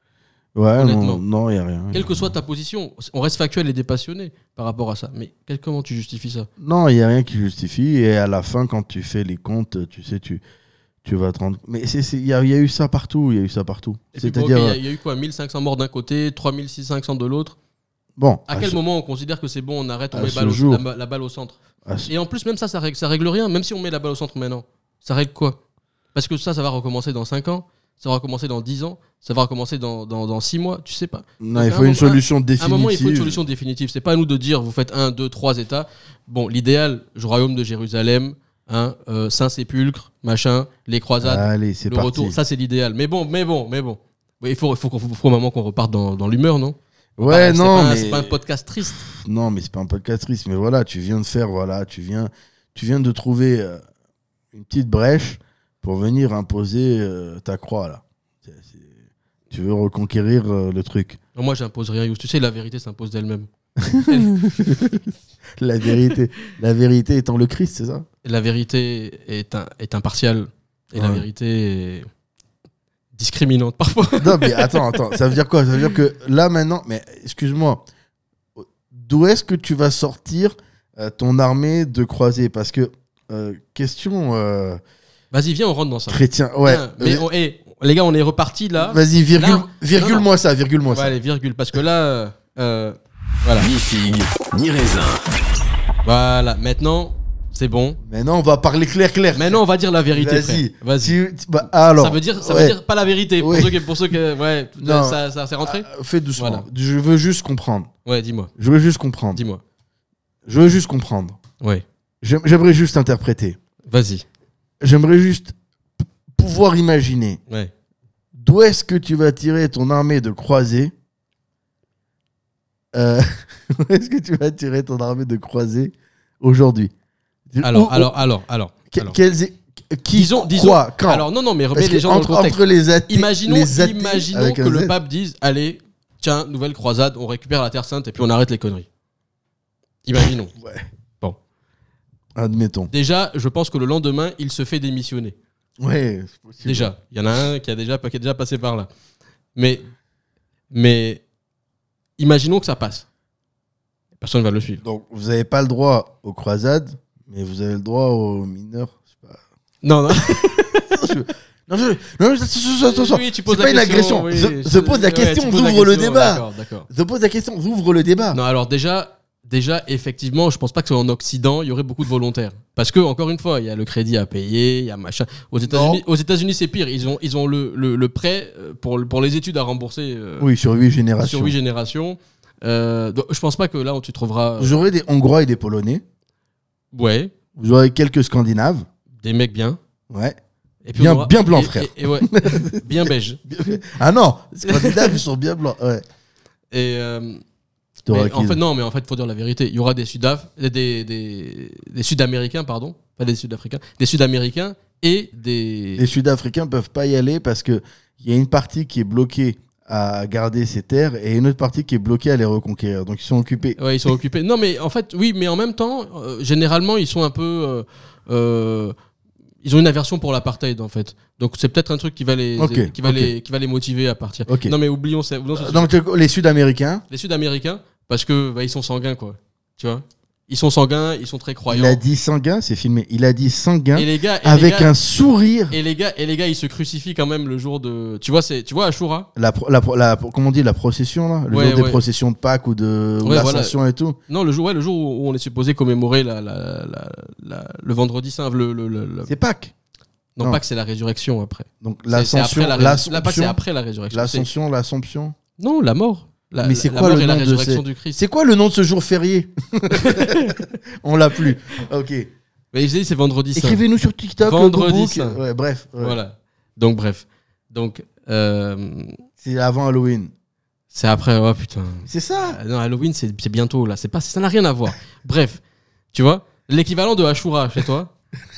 Speaker 8: Ouais,
Speaker 9: Honnêtement.
Speaker 8: non, non, il n'y a rien.
Speaker 9: Quelle que soit ta position, on reste factuel et dépassionné par rapport à ça. Mais quel- comment tu justifies ça
Speaker 8: Non, il n'y a rien qui justifie. Et à la fin, quand tu fais les comptes, tu sais, tu, tu vas te rendre. Mais c'est- c'est- il y, a- il y a eu ça partout. Il y a eu ça partout.
Speaker 9: Et puis,
Speaker 8: C'est-à-dire.
Speaker 9: bon, ok, il y a- il y, a eu quoi 1500 morts d'un côté, 3500 de l'autre.
Speaker 8: Bon,
Speaker 9: À
Speaker 8: à
Speaker 9: quel
Speaker 8: ce-
Speaker 9: moment on considère que c'est bon, on arrête, on
Speaker 8: Ah, à
Speaker 9: met
Speaker 8: ce
Speaker 9: balle au-
Speaker 8: jour.
Speaker 9: la, ba- la balle au centre
Speaker 8: À ce-
Speaker 9: Et en plus, même ça, ça règle, ça règle rien. Même si on met la balle au centre maintenant, ça règle quoi Parce que ça, ça va recommencer dans 5 ans, ça va recommencer dans 10 ans, ça va recommencer dans, dans, 6 mois, tu sais pas.
Speaker 8: Non, il
Speaker 9: Donc, à un
Speaker 8: faut une
Speaker 9: moment-
Speaker 8: solution
Speaker 9: À un moment, il faut une
Speaker 8: définitive.
Speaker 9: solution définitive. C'est pas à nous de dire, vous faites 1, 2, 3 états. Bon, l'idéal, le royaume de Jérusalem, hein, euh, Saint-Sépulcre, machin, les croisades,
Speaker 8: Allez, c'est
Speaker 9: le
Speaker 8: parti.
Speaker 9: retour, ça c'est l'idéal. Mais bon, mais bon, mais bon. Mais Il faut, il faut, qu'on- faut, faut un moment qu'on reparte dans, dans l'humeur, non Bah,
Speaker 8: Ouais,
Speaker 9: C'est
Speaker 8: non,
Speaker 9: pas un-
Speaker 8: mais-
Speaker 9: C'est pas un podcast triste.
Speaker 8: Non, mais c'est pas un podcast triste. Mais voilà, tu viens de faire, voilà, tu viens, tu viens de trouver euh, une petite brèche pour venir imposer euh, ta croix là. C'est- c'est- Tu veux reconquérir euh, le truc.
Speaker 9: Non, moi, j'impose rien, Yous. Tu sais, la vérité s'impose d'elle-même.
Speaker 8: La vérité, la vérité étant le Christ, c'est ça
Speaker 9: La vérité est, un- est impartiale. Et la
Speaker 8: Ouais.
Speaker 9: vérité est discriminante parfois.
Speaker 8: Non, mais attends, attends. Ça veut dire quoi Ça veut dire que là maintenant, mais excuse-moi, d'où est-ce que tu vas sortir euh, ton armée de croisés Parce que euh, question euh,
Speaker 9: Vas-y, viens, on rentre dans ça.
Speaker 8: chrétien, ouais. euh,
Speaker 9: Viens, mais on- eh, les gars, on est reparti Hein là.
Speaker 8: Vas-y, virgule,
Speaker 9: Là, non,
Speaker 8: virgule-moi ça, virgule-moi
Speaker 9: Ouais,
Speaker 8: ça.
Speaker 9: allez, virgule. Parce que là, euh, voilà.
Speaker 7: Ni figue, ni raisin.
Speaker 9: Voilà, maintenant, c'est bon.
Speaker 8: Maintenant, on va parler clair, clair.
Speaker 9: Maintenant, on va dire la vérité.
Speaker 8: Vas-y.
Speaker 9: frère. Vas-y.
Speaker 8: Tu- tu- bah, alors,
Speaker 9: Ça veut dire, ça
Speaker 8: ouais.
Speaker 9: veut dire pas la vérité. Pour,
Speaker 8: Ouais.
Speaker 9: ceux, qui, pour ceux que, ouais,
Speaker 8: Non.
Speaker 9: ça, ça s'est rentré.
Speaker 8: Ah, Fais doucement.
Speaker 9: Voilà.
Speaker 8: Je veux juste comprendre.
Speaker 9: Ouais, dis-moi,
Speaker 8: Je veux juste comprendre.
Speaker 9: dis-moi.
Speaker 8: Je veux juste comprendre.
Speaker 9: Ouais,
Speaker 8: J'aim- J'aimerais juste interpréter.
Speaker 9: vas-y.
Speaker 8: J'aimerais juste p- pouvoir imaginer
Speaker 9: Ouais.
Speaker 8: d'où est-ce que tu vas tirer ton armée de croisés. Euh, où est-ce que tu vas tirer ton armée de croisés aujourd'hui Où-
Speaker 9: Alors,
Speaker 8: où-
Speaker 9: alors, alors, alors.
Speaker 8: que-
Speaker 9: alors.
Speaker 8: quels est- qui,
Speaker 9: Disons, disons.
Speaker 8: quoi, quand
Speaker 9: Alors, non, non, mais
Speaker 8: Parce
Speaker 9: remets
Speaker 8: que
Speaker 9: les gens
Speaker 8: entre,
Speaker 9: dans le contexte.
Speaker 8: entre les athées,
Speaker 9: imaginons
Speaker 8: les athées
Speaker 9: imaginons
Speaker 8: avec
Speaker 9: que
Speaker 8: un
Speaker 9: le
Speaker 8: Z.
Speaker 9: pape dise Allez, tiens, nouvelle croisade, on récupère la Terre Sainte et puis on arrête les conneries. Imaginons.
Speaker 8: Admettons.
Speaker 9: Déjà, je pense que le lendemain, il se fait démissionner.
Speaker 8: Ouais, c'est possible.
Speaker 9: Déjà, il y en a un qui, a déjà, qui est déjà passé par là. Mais, mais imaginons que ça passe. Personne ne va le suivre.
Speaker 8: Donc, vous n'avez pas le droit aux croisades, mais vous avez le droit aux mineurs. C'est pas-
Speaker 9: Non, non.
Speaker 8: Non, je... non, mais attention, attention, attention.
Speaker 9: Oui, tu
Speaker 8: C'est
Speaker 9: poses
Speaker 8: pas une
Speaker 9: la question,
Speaker 8: agression.
Speaker 9: oui.
Speaker 8: je, je pose la
Speaker 9: Ouais,
Speaker 8: question,
Speaker 9: tu
Speaker 8: vous
Speaker 9: poses la
Speaker 8: ouvre le
Speaker 9: question,
Speaker 8: débat.
Speaker 9: D'accord, d'accord.
Speaker 8: Je pose la question, vous ouvre le débat.
Speaker 9: Non, alors déjà, déjà, effectivement, je pense pas que en Occident, il y aurait beaucoup de volontaires. Parce que, encore une fois, il y a le crédit à payer, il y a machin. Aux États-Unis, aux États-Unis, c'est pire. Ils ont, ils ont le, le, le prêt euh, pour, le- pour les études à rembourser euh,
Speaker 8: Oui, sur huit générations.
Speaker 9: sur 8 générations. Euh, donc, je pense pas que là, tu trouveras.
Speaker 8: Vous aurez des Hongrois et des Polonais.
Speaker 9: Ouais,
Speaker 8: Vous aurez quelques Scandinaves.
Speaker 9: des mecs bien.
Speaker 8: Ouais.
Speaker 9: Et
Speaker 8: Bien-
Speaker 9: on aura-
Speaker 8: bien blanc,
Speaker 9: et-
Speaker 8: frère.
Speaker 9: et- et ouais, bien beige.
Speaker 8: Ah non, les Scandinaves, ils sont bien blancs. Ouais.
Speaker 9: Et, euh,
Speaker 8: T'auras
Speaker 9: Mais en
Speaker 8: qui-
Speaker 9: fait, non, mais en fait, faut dire la vérité. Il y aura des Sudaf, des, des, des, des Sud-Américains, pardon, pas des Sud-Africains, des Sud-Américains et des.
Speaker 8: Les Sud-Africains peuvent pas y aller parce que il y a une partie qui est bloquée à garder ses terres et une autre partie qui est bloquée à les reconquérir. Donc ils sont occupés.
Speaker 9: Ouais, ils sont occupés. Non, mais en fait, oui, mais en même temps, euh, généralement, ils sont un peu. euh, euh, ils ont une aversion pour l'apartheid, en fait. Donc, c'est peut-être un truc qui va les,
Speaker 8: Ok,
Speaker 9: qui va
Speaker 8: ok.
Speaker 9: les, qui va les motiver à partir.
Speaker 8: Ok. Euh,
Speaker 9: Non, mais oublions, ça, oublions ce-
Speaker 8: Donc le- les Sud-Américains,
Speaker 9: les Sud-Américains parce que bah, ils sont sanguins, quoi. Tu vois, ils sont sanguins, ils sont très
Speaker 8: il
Speaker 9: croyants.
Speaker 8: a dit sanguin, c'est filmé. Il a dit sanguin
Speaker 9: Et les gars, et les
Speaker 8: avec
Speaker 9: gars-
Speaker 8: un sourire.
Speaker 9: Et les gars, et les gars, ils se crucifient quand même le jour de. Tu vois, c'est, tu vois, Ashura.
Speaker 8: La, pro- la, pro- la- comment on dit la procession là, le
Speaker 9: Ouais,
Speaker 8: jour des
Speaker 9: ouais.
Speaker 8: processions de Pâques ou de ou
Speaker 9: Ouais,
Speaker 8: l'Ascension
Speaker 9: voilà.
Speaker 8: et tout.
Speaker 9: Non, le jour, ouais, le jour où on est supposé commémorer la, la- la- la- le vendredi saint, le, le- le- le-
Speaker 8: C'est Pâques.
Speaker 9: Non,
Speaker 8: Non.
Speaker 9: Pâques, c'est la résurrection après.
Speaker 8: Donc
Speaker 9: C'est- c'est
Speaker 8: l'ascension,
Speaker 9: après la rés-
Speaker 8: l'ascension-
Speaker 9: la Pâques, c'est après la résurrection.
Speaker 8: L'ascension, l'assomption.
Speaker 9: Non, la mort. La-
Speaker 8: Mais c'est
Speaker 9: la
Speaker 8: quoi
Speaker 9: mort
Speaker 8: le
Speaker 9: et la
Speaker 8: nom de
Speaker 9: résurrection
Speaker 8: ces-
Speaker 9: du Christ
Speaker 8: C'est quoi le nom de ce jour férié On l'a plus. Ok.
Speaker 9: Mais je dis, c'est vendredi saint.
Speaker 8: Écrivez-nous sur TikTok.
Speaker 9: Vendredi
Speaker 8: Gobook.
Speaker 9: saint.
Speaker 8: Ouais, bref. ouais.
Speaker 9: Voilà. Donc bref. Donc euh,
Speaker 8: C'est avant Halloween.
Speaker 9: c'est après. Oh putain.
Speaker 8: C'est ça.
Speaker 9: Ah, Non, Halloween, c'est c'est bientôt là. C'est pas, ça n'a rien à voir. bref, tu vois, l'équivalent de Ashura chez toi.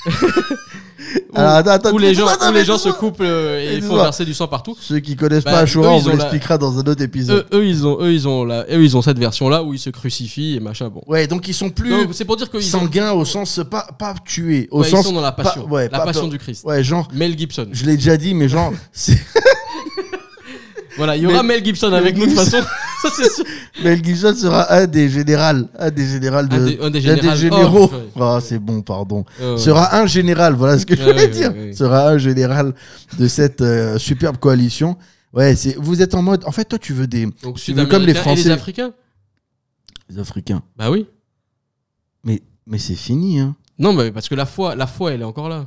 Speaker 9: où,
Speaker 8: Alors, attends, attends,
Speaker 9: où les
Speaker 8: attends,
Speaker 9: gens,
Speaker 8: attends,
Speaker 9: où les gens se
Speaker 8: laisse-moi.
Speaker 9: coupent euh, et
Speaker 8: Laisse-moi.
Speaker 9: font verser du sang partout.
Speaker 8: Ceux qui connaissent
Speaker 9: Bah,
Speaker 8: pas Ashura,
Speaker 9: eux,
Speaker 8: on
Speaker 9: ils
Speaker 8: vous
Speaker 9: ont la-
Speaker 8: l'expliquera dans un autre épisode.
Speaker 9: Eux, eux, ils ont, eux, ils ont la, eux, ils ont cette version là où ils se crucifient et machin. Bon.
Speaker 8: Ouais, donc ils sont plus
Speaker 9: Donc, c'est pour dire qu'ils sont,
Speaker 8: sanguins au sens pas pas tués, au
Speaker 9: ouais, ils
Speaker 8: sens
Speaker 9: sont dans la
Speaker 8: pas-
Speaker 9: passion,
Speaker 8: ouais,
Speaker 9: la
Speaker 8: pas-
Speaker 9: passion du Christ.
Speaker 8: Ouais, genre.
Speaker 9: Mel Gibson.
Speaker 8: Je l'ai déjà dit, mais genre, c'est-
Speaker 9: Voilà, il y aura
Speaker 8: Mais-
Speaker 9: Mel Gibson avec
Speaker 8: Mel
Speaker 9: nous de toute
Speaker 8: Gibson.
Speaker 9: façon. ça c'est sûr.
Speaker 8: Mel Gibson sera un des générales, un des générales de,
Speaker 9: Un des- un des générales.
Speaker 8: généraux.
Speaker 9: Oh, ouais.
Speaker 8: Ah, c'est bon, pardon.
Speaker 9: Euh,
Speaker 8: Sera un général, voilà ce que je
Speaker 9: Ouais,
Speaker 8: voulais
Speaker 9: ouais,
Speaker 8: dire.
Speaker 9: ouais, ouais.
Speaker 8: Sera un général de cette euh, superbe coalition. Ouais, c'est. Vous êtes en mode. En fait, toi, tu veux des
Speaker 9: Donc
Speaker 8: tu veux comme les
Speaker 9: Sud-Américains et
Speaker 8: Français.
Speaker 9: les Africains.
Speaker 8: des Africains.
Speaker 9: Bah oui.
Speaker 8: Mais mais c'est fini, hein.
Speaker 9: Non, mais parce que la foi, la foi, elle est encore là.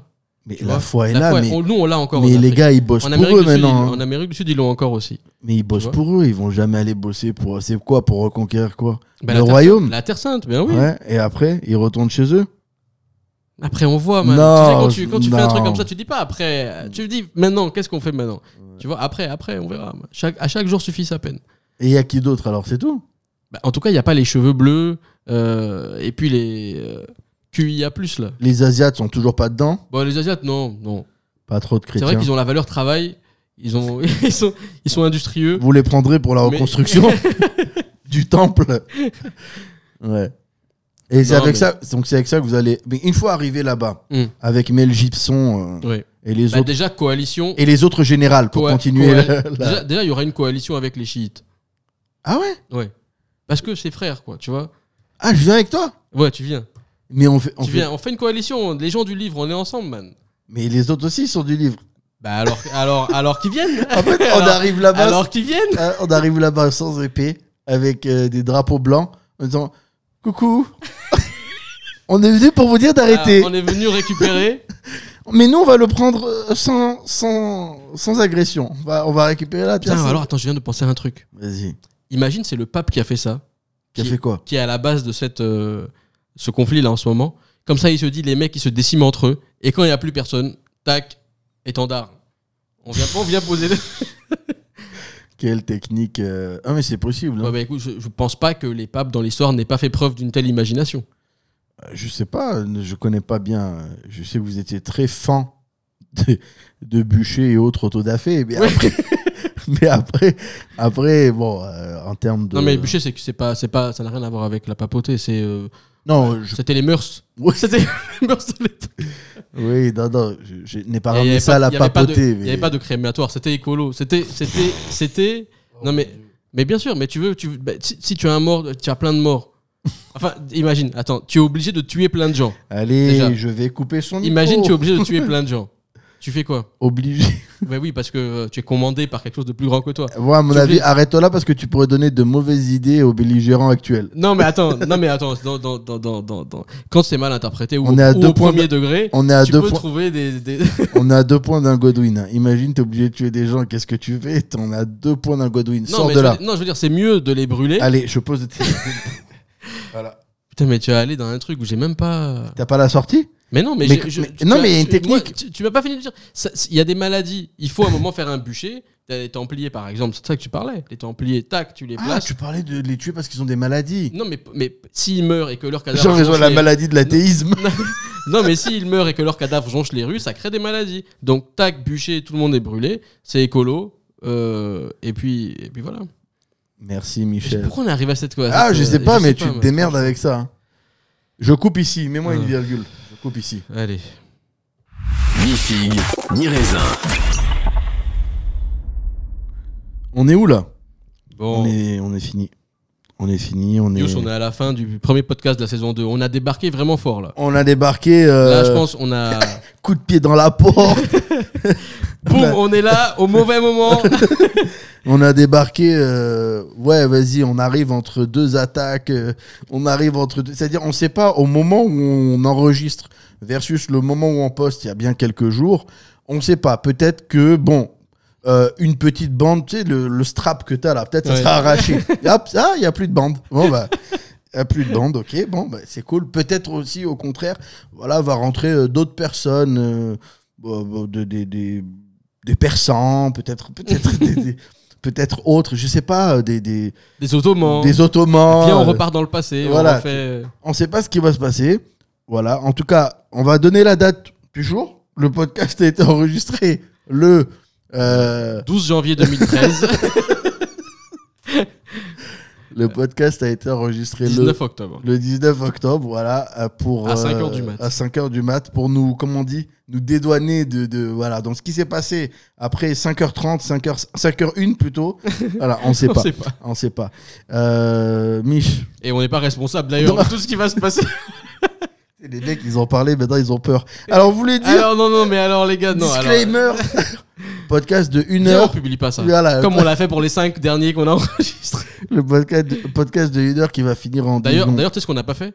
Speaker 8: Mais
Speaker 9: Tu
Speaker 8: la
Speaker 9: vois,
Speaker 8: foi est
Speaker 9: La
Speaker 8: là,
Speaker 9: foi,
Speaker 8: mais,
Speaker 9: on- nous on l'a encore. en
Speaker 8: mais les
Speaker 9: Afrique.
Speaker 8: gars, ils bossent
Speaker 9: En
Speaker 8: pour
Speaker 9: Amérique,
Speaker 8: eux
Speaker 9: du Sud, ils-
Speaker 8: maintenant. hein.
Speaker 9: en Amérique du Sud, ils l'ont encore aussi.
Speaker 8: Mais ils bossent
Speaker 9: vois.
Speaker 8: pour eux, ils vont jamais aller bosser pour. C'est quoi pour reconquérir quoi Le
Speaker 9: Bah, la Terre-
Speaker 8: royaume.
Speaker 9: La Terre Sainte, bien oui.
Speaker 8: Ouais. Et après, ils retournent chez eux.
Speaker 9: Après, on voit, man.
Speaker 8: Non,
Speaker 9: tu sais, quand tu, quand tu fais
Speaker 8: non.
Speaker 9: un truc comme ça, tu dis pas après. Tu dis maintenant, qu'est-ce qu'on fait maintenant Tu vois, après, après, on verra. man. Chaque, à chaque jour suffit sa peine.
Speaker 8: Et il y a qui d'autre alors C'est tout.
Speaker 9: Bah, en tout cas, il n'y a pas les cheveux bleus euh, et puis les euh, QIA, là.
Speaker 8: Les Asiates sont toujours pas dedans.
Speaker 9: Bon, les Asiates, non, non.
Speaker 8: Pas trop de
Speaker 9: C'est
Speaker 8: chrétiens.
Speaker 9: vrai qu'ils ont la valeur travail, ils, ont, ils, sont, ils sont industrieux.
Speaker 8: Vous les prendrez pour la
Speaker 9: Mais-
Speaker 8: reconstruction du temple. Ouais. Et c'est
Speaker 9: Non,
Speaker 8: avec
Speaker 9: mais-
Speaker 8: ça, donc c'est avec ça que vous allez. Mais une fois arrivé là-bas,
Speaker 9: Hmm.
Speaker 8: avec Mel Gibson euh,
Speaker 9: Ouais.
Speaker 8: et les
Speaker 9: Bah,
Speaker 8: autres
Speaker 9: déjà, coalition.
Speaker 8: et les autres générales pour
Speaker 9: coa-
Speaker 8: continuer.
Speaker 9: coal-
Speaker 8: la- la-
Speaker 9: Déjà, déjà, il y aura une coalition avec les chiites.
Speaker 8: Ah ouais.
Speaker 9: Ouais. Parce que c'est frère, quoi, tu vois.
Speaker 8: Ah, je viens avec toi.
Speaker 9: Ouais, tu viens.
Speaker 8: Mais on fait, on
Speaker 9: tu
Speaker 8: fait-
Speaker 9: viens. On fait une coalition. Les gens du livre, on est ensemble, man.
Speaker 8: Mais les autres aussi ils sont du livre.
Speaker 9: Bah alors, alors, alors qu'ils viennent.
Speaker 8: En fait, on
Speaker 9: Alors-
Speaker 8: arrive là-bas.
Speaker 9: Alors qu'ils viennent.
Speaker 8: Euh, on arrive là-bas sans épée, avec euh, des drapeaux blancs, en disant Coucou On est venu pour vous dire d'arrêter.
Speaker 9: Alors, on est venu récupérer.
Speaker 8: Mais nous, on va le prendre euh, sans, sans, sans agression. On va, on va récupérer la pièce.
Speaker 9: Putain, alors attends, je viens de penser à un truc.
Speaker 8: Vas-y.
Speaker 9: Imagine, c'est le pape qui a fait ça,
Speaker 8: Qui a fait quoi
Speaker 9: qui est à la base de cette, euh, ce conflit là en ce moment. Comme ça, il se dit, les mecs, ils se déciment entre eux. Et quand il n'y a plus personne, tac, étendard. On vient, on vient poser. le-
Speaker 8: Quelle technique. euh, Ah, mais c'est possible. hein.
Speaker 9: Ouais, bah écoute, je, je pense pas que les papes dans l'histoire n'aient pas fait preuve d'une telle imagination.
Speaker 8: Euh, Je sais pas, euh, je connais pas bien. euh, Je sais que vous étiez très fan de, de bûcher et autres autodafés. Mais après. Mais après, après, bon, euh, en termes de.
Speaker 9: Non mais Bûcher, c'est que c'est pas, c'est pas, ça n'a rien à voir avec la papauté. C'est, euh,
Speaker 8: Non, je-
Speaker 9: c'était les mœurs.
Speaker 8: Ouais.
Speaker 9: C'était les mœurs de l'époque.
Speaker 8: Oui, non, non, je, je n'ai pas
Speaker 9: Et il y
Speaker 8: ramené
Speaker 9: avait
Speaker 8: ça à la
Speaker 9: il y avait pas de-
Speaker 8: papauté.
Speaker 9: Il n'y avait pas de crématoire, c'était écolo. C'était. C'était. c'était non, mais, mais bien sûr, mais tu veux. Tu, bah, si, si tu as un mort, tu as plein de morts. Enfin, imagine, attends, tu es obligé de tuer plein de gens.
Speaker 8: Allez,
Speaker 9: Déjà.
Speaker 8: je vais couper son micro.
Speaker 9: Imagine, tu es obligé de tuer plein de gens. Tu fais quoi
Speaker 8: Obligé.
Speaker 9: Bah oui, parce que euh, tu es commandé par quelque chose de plus grand que toi.
Speaker 8: Bon, à mon
Speaker 9: S'il te
Speaker 8: avis,
Speaker 9: plaît.
Speaker 8: arrête-toi là parce que tu pourrais donner de mauvaises idées aux belligérants actuels.
Speaker 9: Non, mais attends, non, mais attends, dans, dans, dans, dans, dans- dans- quand c'est mal interprété ou,
Speaker 8: On est à
Speaker 9: ou
Speaker 8: deux
Speaker 9: au
Speaker 8: points de-
Speaker 9: premier degré,
Speaker 8: On est à
Speaker 9: tu
Speaker 8: deux
Speaker 9: peux
Speaker 8: points.
Speaker 9: trouver des. des-
Speaker 8: On est à deux points d'un Godwin. hein. Imagine, t'es obligé de tuer des gens. Qu'est-ce que tu fais T'en as deux points d'un Godwin.
Speaker 9: Non,
Speaker 8: Sors
Speaker 9: mais
Speaker 8: de
Speaker 9: je
Speaker 8: là.
Speaker 9: veux dire- non, je veux dire, c'est mieux de les brûler.
Speaker 8: Allez, je pose. voilà.
Speaker 9: Putain, mais tu vas aller dans un truc où j'ai même pas.
Speaker 8: T'as pas la sortie
Speaker 9: Mais non, mais,
Speaker 8: Mais-
Speaker 9: j'ai- je-
Speaker 8: mais-
Speaker 9: tu-
Speaker 8: non,
Speaker 9: tu
Speaker 8: mais
Speaker 9: as-
Speaker 8: il y a une
Speaker 9: tu- moi,
Speaker 8: technique.
Speaker 9: tu tu m'as pas fini de dire. Ça, c'est- Il y a des maladies. Il faut à un moment faire un bûcher. T'as les Templiers, par exemple. C'est de ça que tu parlais. Les Templiers, tac, tu les
Speaker 8: Ah,
Speaker 9: places.
Speaker 8: tu parlais de les tuer parce qu'ils ont des maladies.
Speaker 9: Non, mais mais s'ils meurent et que leur cadavre.
Speaker 8: Genre, ils ont
Speaker 9: jonche
Speaker 8: la
Speaker 9: les-
Speaker 8: maladie de l'athéisme.
Speaker 9: Non, mais s'ils meurent et que leur cadavre jonche les rues, ça crée des maladies. Donc, tac, bûcher, tout le monde est brûlé. C'est écolo. euh, et puis, et puis voilà.
Speaker 8: Merci, Michel.
Speaker 9: Pourquoi on arrive à cette euh, quoi
Speaker 8: Ah, je sais pas, mais tu te démerdes avec ça. hein. Je coupe ici, mets-moi une
Speaker 9: Ouais.
Speaker 8: virgule. Je coupe ici.
Speaker 9: Allez.
Speaker 7: Ni figue, ni raisin.
Speaker 8: On est où là
Speaker 9: Bon.
Speaker 8: on, est, on est fini. On est fini, on est.
Speaker 9: Yous, on est à la fin du premier podcast de la saison 2. On a débarqué vraiment fort là.
Speaker 8: On a débarqué. euh,
Speaker 9: Là, je pense, on a.
Speaker 8: Coup de pied dans la porte.
Speaker 9: Boum,
Speaker 8: Bah.
Speaker 9: on est là au mauvais moment.
Speaker 8: on a débarqué. euh, Ouais, vas-y, on arrive entre deux attaques. euh, On arrive entre deux. C'est-à-dire, on sait pas au moment où on enregistre versus le moment où on poste il y a bien quelques jours. On sait pas. Peut-être que, bon. euh, une petite bande, tu sais, le, le strap que t'as là, peut-être ça
Speaker 9: Ouais.
Speaker 8: sera arraché. Et hop, ah, il n'y a plus de bande. Bon, bah, il n'y a plus de bande, ok, bon, bah, c'est cool. Peut-être aussi, au contraire, voilà, va rentrer euh, d'autres personnes, euh, bah, bah, de- des, des, des persans, peut-être peut-être des- des- peut-être autres, je sais pas, euh, des, des,
Speaker 9: Des ottomans.
Speaker 8: des ottomans.
Speaker 9: Viens, on
Speaker 8: euh,
Speaker 9: repart dans le passé.
Speaker 8: voilà.
Speaker 9: On refait- euh,
Speaker 8: On sait pas ce qui va se passer. Voilà, en tout cas, on va donner la date du jour. Le podcast a été enregistré le... euh,
Speaker 9: 12 janvier 2013,
Speaker 8: le podcast a été enregistré le
Speaker 9: 19 octobre.
Speaker 8: Le 19 octobre, voilà, euh, pour
Speaker 9: À 5
Speaker 8: euh,
Speaker 9: heures du mat.
Speaker 8: à 5 heures du mat pour nous, comment on dit, nous dédouaner de, de voilà. Donc ce qui s'est passé après 5h30, 5h 5h1 plutôt, voilà, on sait
Speaker 9: On
Speaker 8: pas,
Speaker 9: sait pas.
Speaker 8: on sait pas. Euh, Mich,
Speaker 9: Et on n'est pas responsable d'ailleurs de tout ce qui va se passer.
Speaker 8: les mecs ils ont parlé, maintenant ils ont peur. Alors vous voulez dire
Speaker 9: Alors, non, non, mais alors les gars, non. alors, euh,
Speaker 8: disclaimer, podcast de 1
Speaker 9: viens, on
Speaker 8: heure,
Speaker 9: publie pas ça.
Speaker 8: Voilà.
Speaker 9: Comme on l'a fait pour les 5 derniers qu'on a enregistrés.
Speaker 8: le podcast de, podcast de 1 heure qui va finir en
Speaker 9: D'ailleurs,
Speaker 8: 10
Speaker 9: d'ailleurs, tu sais ce qu'on n'a pas fait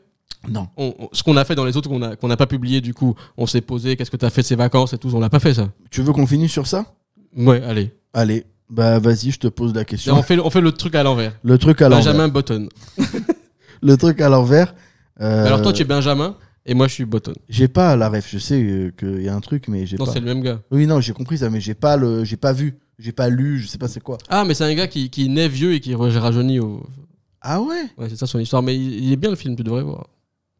Speaker 8: Non.
Speaker 9: On- on- ce qu'on a fait dans les autres qu'on n'a qu'on n'a pas publié, du coup, on s'est posé, qu'est-ce que t'as fait de ces vacances et tout, on l'a pas fait ça.
Speaker 8: Tu veux qu'on finisse sur ça
Speaker 9: Ouais, allez.
Speaker 8: Allez, bah vas-y, je te pose la question.
Speaker 9: on, fait, le- on fait le truc à l'envers.
Speaker 8: Le truc à l'envers.
Speaker 9: Benjamin Button.
Speaker 8: Le truc à l'envers. euh,
Speaker 9: Alors toi, tu es Benjamin et moi, je suis Button.
Speaker 8: J'ai pas la ref, je sais euh, qu'il y a un truc, mais j'ai
Speaker 9: Non,
Speaker 8: pas.
Speaker 9: c'est le même gars.
Speaker 8: Oui, non, j'ai compris ça, mais j'ai pas le, j'ai pas vu, j'ai pas lu, je sais pas c'est quoi.
Speaker 9: Ah, mais c'est un gars qui, qui naît vieux et qui re- rajeunit. Au...
Speaker 8: Ah ouais
Speaker 9: Ouais, c'est ça son histoire. Mais il, il est bien le film, tu devrais voir.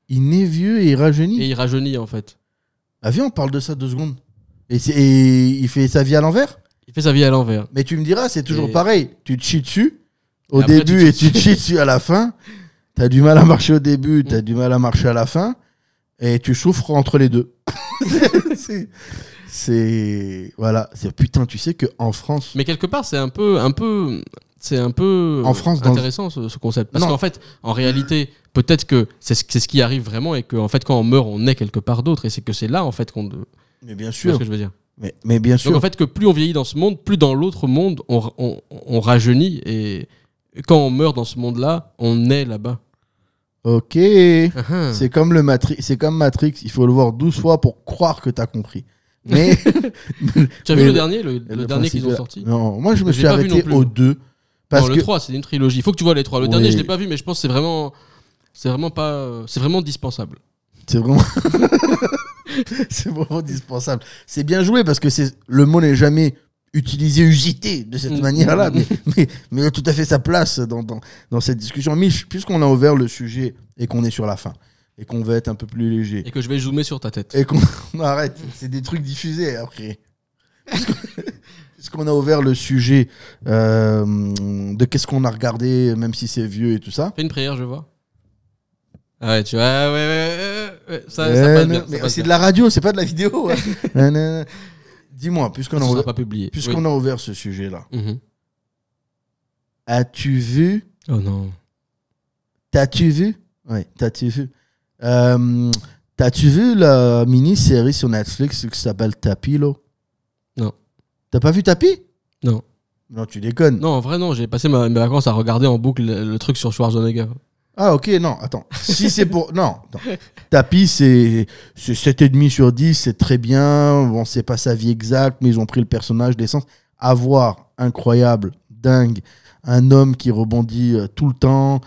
Speaker 8: Il naît vieux et il rajeunit.
Speaker 9: Et il rajeunit en fait.
Speaker 8: Ah viens, on parle de ça deux secondes. Et, c'est- et il fait sa vie à l'envers
Speaker 9: Il fait sa vie à l'envers.
Speaker 8: Mais tu me diras, c'est toujours
Speaker 9: Et-
Speaker 8: pareil. Tu te chies dessus au
Speaker 9: Et après,
Speaker 8: début
Speaker 9: tu te
Speaker 8: et tu te
Speaker 9: chies
Speaker 8: chies dessus à la fin. T'as du mal à marcher au début, t'as
Speaker 9: Mm.
Speaker 8: du mal à marcher à la fin. Et tu souffres entre les deux. C'est- c'est. Voilà. C'est putain, tu sais qu'en France.
Speaker 9: Mais quelque part, c'est un peu, un peu, c'est un peu
Speaker 8: En France, dans le-
Speaker 9: intéressant ce, ce concept. Parce
Speaker 8: Non.
Speaker 9: qu'en fait, en réalité, peut-être que c'est ce, c'est ce qui arrive vraiment et que en fait, quand on meurt, on est quelque part d'autre et c'est que c'est là en fait qu'on. de-
Speaker 8: Mais bien
Speaker 9: Tu
Speaker 8: sûr.
Speaker 9: vois ce que je veux dire
Speaker 8: Mais, mais bien sûr.
Speaker 9: Donc en fait, que plus on vieillit dans ce monde, plus dans l'autre monde, on, on- on rajeunit et quand on meurt dans ce monde-là, on est là-bas.
Speaker 8: Ok. C'est comme le Matrix, c'est comme Matrix, il faut le voir 12 fois pour croire que t'as compris. Mais
Speaker 9: Tu as vu
Speaker 8: Mais
Speaker 9: le
Speaker 8: le-
Speaker 9: dernier, le, le dernier
Speaker 8: principe
Speaker 9: qu'ils
Speaker 8: de
Speaker 9: ont
Speaker 8: la-
Speaker 9: sorti
Speaker 8: Non, moi je me
Speaker 9: Je l'ai
Speaker 8: suis
Speaker 9: pas vu
Speaker 8: arrêté
Speaker 9: non plus.
Speaker 8: au 2 parce
Speaker 9: Non,
Speaker 8: que
Speaker 9: le 3, c'est une trilogie. Il faut que tu vois les 3. Le
Speaker 8: Oui.
Speaker 9: dernier, je l'ai pas vu, mais je pense que c'est vraiment. C'est vraiment pas. euh, C'est vraiment dispensable.
Speaker 8: c'est vraiment c'est vraiment indispensable. C'est bien joué parce que c'est le mot n'est jamais utilisé usité de cette
Speaker 9: Mm.
Speaker 8: manière-là
Speaker 9: Mm.
Speaker 8: mais, mais mais il a tout à fait sa place dans dans, dans cette discussion Mich puisqu'on a ouvert le sujet et qu'on est sur la fin et qu'on va être un peu plus léger
Speaker 9: Et que je vais zoomer sur ta tête.
Speaker 8: Et qu'on on arrête, c'est des trucs diffusés après. Puisqu'on a ouvert le sujet euh, de qu'est-ce qu'on a regardé, même si c'est vieux et tout ça.
Speaker 9: Fais une prière, je vois. Ah ouais, tu vois. Ouais, ouais, ouais, ouais, ouais, ça, ça
Speaker 8: Euh,
Speaker 9: passe
Speaker 8: non,
Speaker 9: bien. ça
Speaker 8: mais
Speaker 9: passe
Speaker 8: c'est de la
Speaker 9: bien.
Speaker 8: radio, c'est pas de la vidéo. hein. Non, non, non. Dis-moi, puisqu'on a,
Speaker 9: Ça sera
Speaker 8: ouvert-
Speaker 9: pas publié.
Speaker 8: puisqu'on a ouvert ce sujet-là,
Speaker 9: Oui. Mhm.
Speaker 8: as-tu vu
Speaker 9: Oh non.
Speaker 8: T'as-tu vu Oui, t'as-tu vu Euh, T'as-tu vu la mini-série sur Netflix qui s'appelle Tapilo
Speaker 9: Non.
Speaker 8: T'as pas vu Tapi
Speaker 9: Non.
Speaker 8: Non, tu déconnes.
Speaker 9: Non, en vrai, non. J'ai passé ma- mes vacances à regarder en boucle le, le truc sur Schwarzenegger.
Speaker 8: Ah ok, non, attends. Si c'est pour... Non, attends. Tapis, c'est c'est 7,5 sur 10, c'est très bien. Bon, c'est pas sa vie exacte, mais ils ont pris le personnage d'essence. À voir, incroyable, dingue. Un homme qui rebondit euh, tout le temps,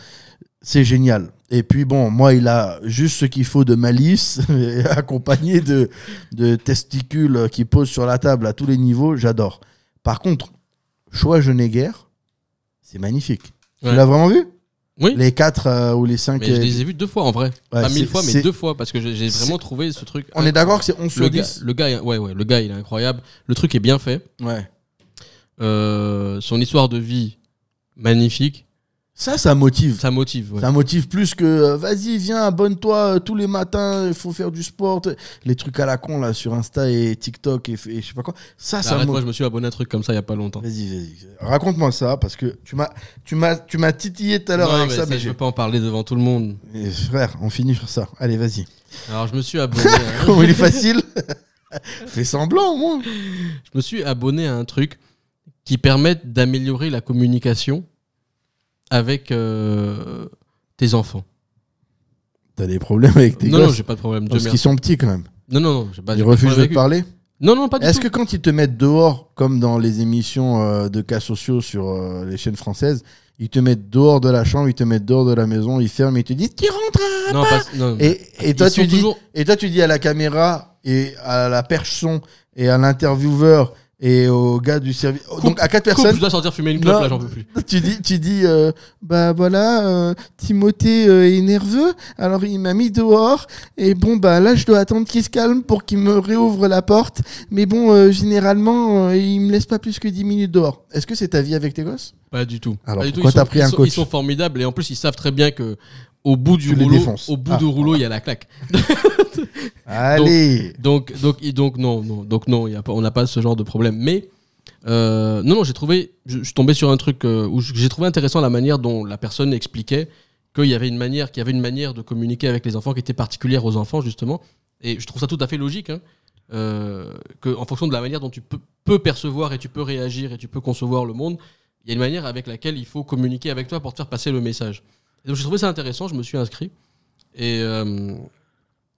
Speaker 8: c'est génial. Et puis bon, moi, il a juste ce qu'il faut de malice, et accompagné de, de testicules qui posent sur la table à tous les niveaux. J'adore. Par contre, choix Genéguer, c'est magnifique.
Speaker 9: Ouais.
Speaker 8: Tu l'as vraiment vu
Speaker 9: Oui.
Speaker 8: Les quatre euh, ou les cinq.
Speaker 9: Mais je
Speaker 8: euh,
Speaker 9: les ai vus deux fois en vrai.
Speaker 8: Ouais,
Speaker 9: pas mille
Speaker 8: c'est-
Speaker 9: fois, mais
Speaker 8: c'est-
Speaker 9: deux fois parce que j'ai j'ai vraiment
Speaker 8: c'est-
Speaker 9: trouvé ce truc.
Speaker 8: On est d'accord que c'est 11 sur
Speaker 9: le gars,
Speaker 8: 10?
Speaker 9: le gars, est- ouais, ouais, le gars, il est incroyable. Le truc est bien fait.
Speaker 8: Ouais.
Speaker 9: Euh, son histoire de vie, magnifique.
Speaker 8: Ça, ça motive.
Speaker 9: Ça motive. ouais. Bah,
Speaker 8: Ça motive plus que euh, vas-y, viens, abonne-toi euh, tous les matins, il faut faire du sport. Les trucs à la con là sur Insta et TikTok et, f- et je sais pas quoi. Ça, ça
Speaker 9: Arrête,
Speaker 8: mo-
Speaker 9: moi, je me suis abonné à un truc comme ça il y a pas longtemps.
Speaker 8: Vas-y, vas-y. Raconte-moi ça parce que tu m'as tu m'as tu m'as titillé tout à l'heure
Speaker 9: Non,
Speaker 8: avec
Speaker 9: mais
Speaker 8: ça
Speaker 9: ça,
Speaker 8: mais
Speaker 9: je
Speaker 8: j'ai-
Speaker 9: veux pas en parler devant tout le monde.
Speaker 8: Eh, frère, on finit sur ça. Allez, vas-y.
Speaker 9: Alors, je me suis abonné. hein. à-
Speaker 8: Comment il est facile Fais semblant, moi.
Speaker 9: Je me suis abonné à un truc qui permet d'améliorer la communication avec euh, tes enfants.
Speaker 8: T'as des problèmes avec tes
Speaker 9: non, non,
Speaker 8: gosses
Speaker 9: j'ai pas de problème. Dieu
Speaker 8: parce qu'ils
Speaker 9: merci.
Speaker 8: sont petits quand même.
Speaker 9: Non, non, non, j'ai pas
Speaker 8: Ils
Speaker 9: j'ai pas
Speaker 8: refusent
Speaker 9: problème
Speaker 8: de
Speaker 9: avec
Speaker 8: te
Speaker 9: eux.
Speaker 8: parler.
Speaker 9: Non, non, pas du
Speaker 8: Est-ce que
Speaker 9: tout.
Speaker 8: quand ils te mettent dehors, comme dans les émissions euh, de cas sociaux sur euh, les chaînes françaises, ils te mettent dehors de la chambre, ils te mettent dehors de la maison, ils ferment, ils te disent tu rentres. hein
Speaker 9: Non, parce- non,
Speaker 8: Et, et toi
Speaker 9: Ils
Speaker 8: tu
Speaker 9: sont
Speaker 8: dis,
Speaker 9: toujours-
Speaker 8: et toi tu dis à la caméra et à la perche son et à l'intervieweur et au gars du service. Donc à quatre
Speaker 9: coupe,
Speaker 8: personnes.
Speaker 9: je dois sortir fumer une clope,
Speaker 8: Non.
Speaker 9: là, j'en peux plus.
Speaker 8: Tu dis, tu dis, euh, bah voilà, euh, Timothée euh, est nerveux, alors il m'a mis dehors, et bon, bah là, je dois attendre qu'il se calme pour qu'il me réouvre la porte, mais bon, euh, généralement, euh, il me laisse pas plus que 10 minutes dehors. Est-ce que c'est ta vie avec tes gosses
Speaker 9: Pas du tout.
Speaker 8: Alors,
Speaker 9: Pas du tout,
Speaker 8: pourquoi
Speaker 9: ils sont-
Speaker 8: t'as pris
Speaker 9: ils
Speaker 8: un
Speaker 9: sont-
Speaker 8: coach
Speaker 9: Ils sont formidables et en plus, ils savent très bien que au bout du
Speaker 8: Tu les
Speaker 9: rouleau,
Speaker 8: défonces.
Speaker 9: au bout
Speaker 8: Ah.
Speaker 9: du rouleau, il y a la claque.
Speaker 8: Allez
Speaker 9: Donc, donc, et donc non, non, donc non, il y a pas- on n'a pas ce genre de problème. Mais euh, non, non, j'ai trouvé, je, je suis tombé sur un truc euh, où je- j'ai trouvé intéressant la manière dont la personne expliquait qu'il y avait une manière, qu'il y avait une manière de communiquer avec les enfants qui était particulière aux enfants justement. Et je trouve ça tout à fait logique, hein, euh, que en fonction de la manière dont tu peux, peux percevoir et tu peux réagir et tu peux concevoir le monde, il y a une manière avec laquelle il faut communiquer avec toi pour te faire passer le message. Et donc j'ai trouvé ça intéressant, je me suis inscrit et euh,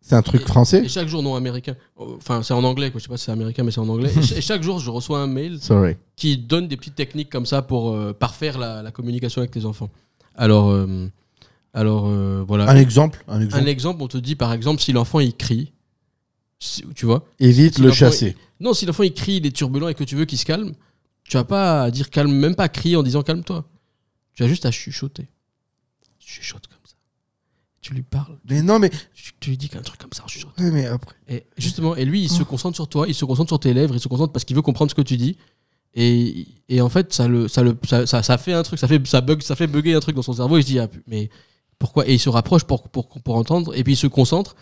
Speaker 8: C'est un truc
Speaker 9: et-
Speaker 8: français
Speaker 9: Et chaque jour, non, américain. Enfin, c'est en anglais, quoi. Je sais pas si c'est américain, mais c'est en anglais. et, ch- et chaque jour, je reçois un mail
Speaker 8: Sorry.
Speaker 9: qui donne des petites techniques comme ça pour euh, parfaire la, la communication avec les enfants. Alors, euh, alors euh, voilà.
Speaker 8: Un exemple, un
Speaker 9: Un
Speaker 8: exemple.
Speaker 9: exemple, on te dit par exemple, si l'enfant il crie, si- tu vois.
Speaker 8: Évite
Speaker 9: si
Speaker 8: le
Speaker 9: l'enfant-
Speaker 8: chasser.
Speaker 9: Non, si l'enfant il crie, il est turbulent et que tu veux qu'il se calme, tu vas pas à dire calme, même pas à crier en disant calme-toi. Tu as juste à chuchoter. Chuchote comme ça. Tu lui parles.
Speaker 8: Mais non, mais,
Speaker 9: Tu, tu lui dis un truc comme ça en chuchotant.
Speaker 8: ouais, mais après.
Speaker 9: Et justement, et lui, il
Speaker 8: Oh.
Speaker 9: se concentre sur toi, il se concentre sur tes lèvres, il se concentre parce qu'il veut comprendre ce que tu dis. Et, et en fait, ça, le, ça, le, ça, ça- ça fait un truc, ça fait, ça, bug, ça fait bugger un truc dans son cerveau. Il se dit, ah, pu- mais pourquoi Et il se rapproche pour, pour, pour entendre, et puis il se concentre.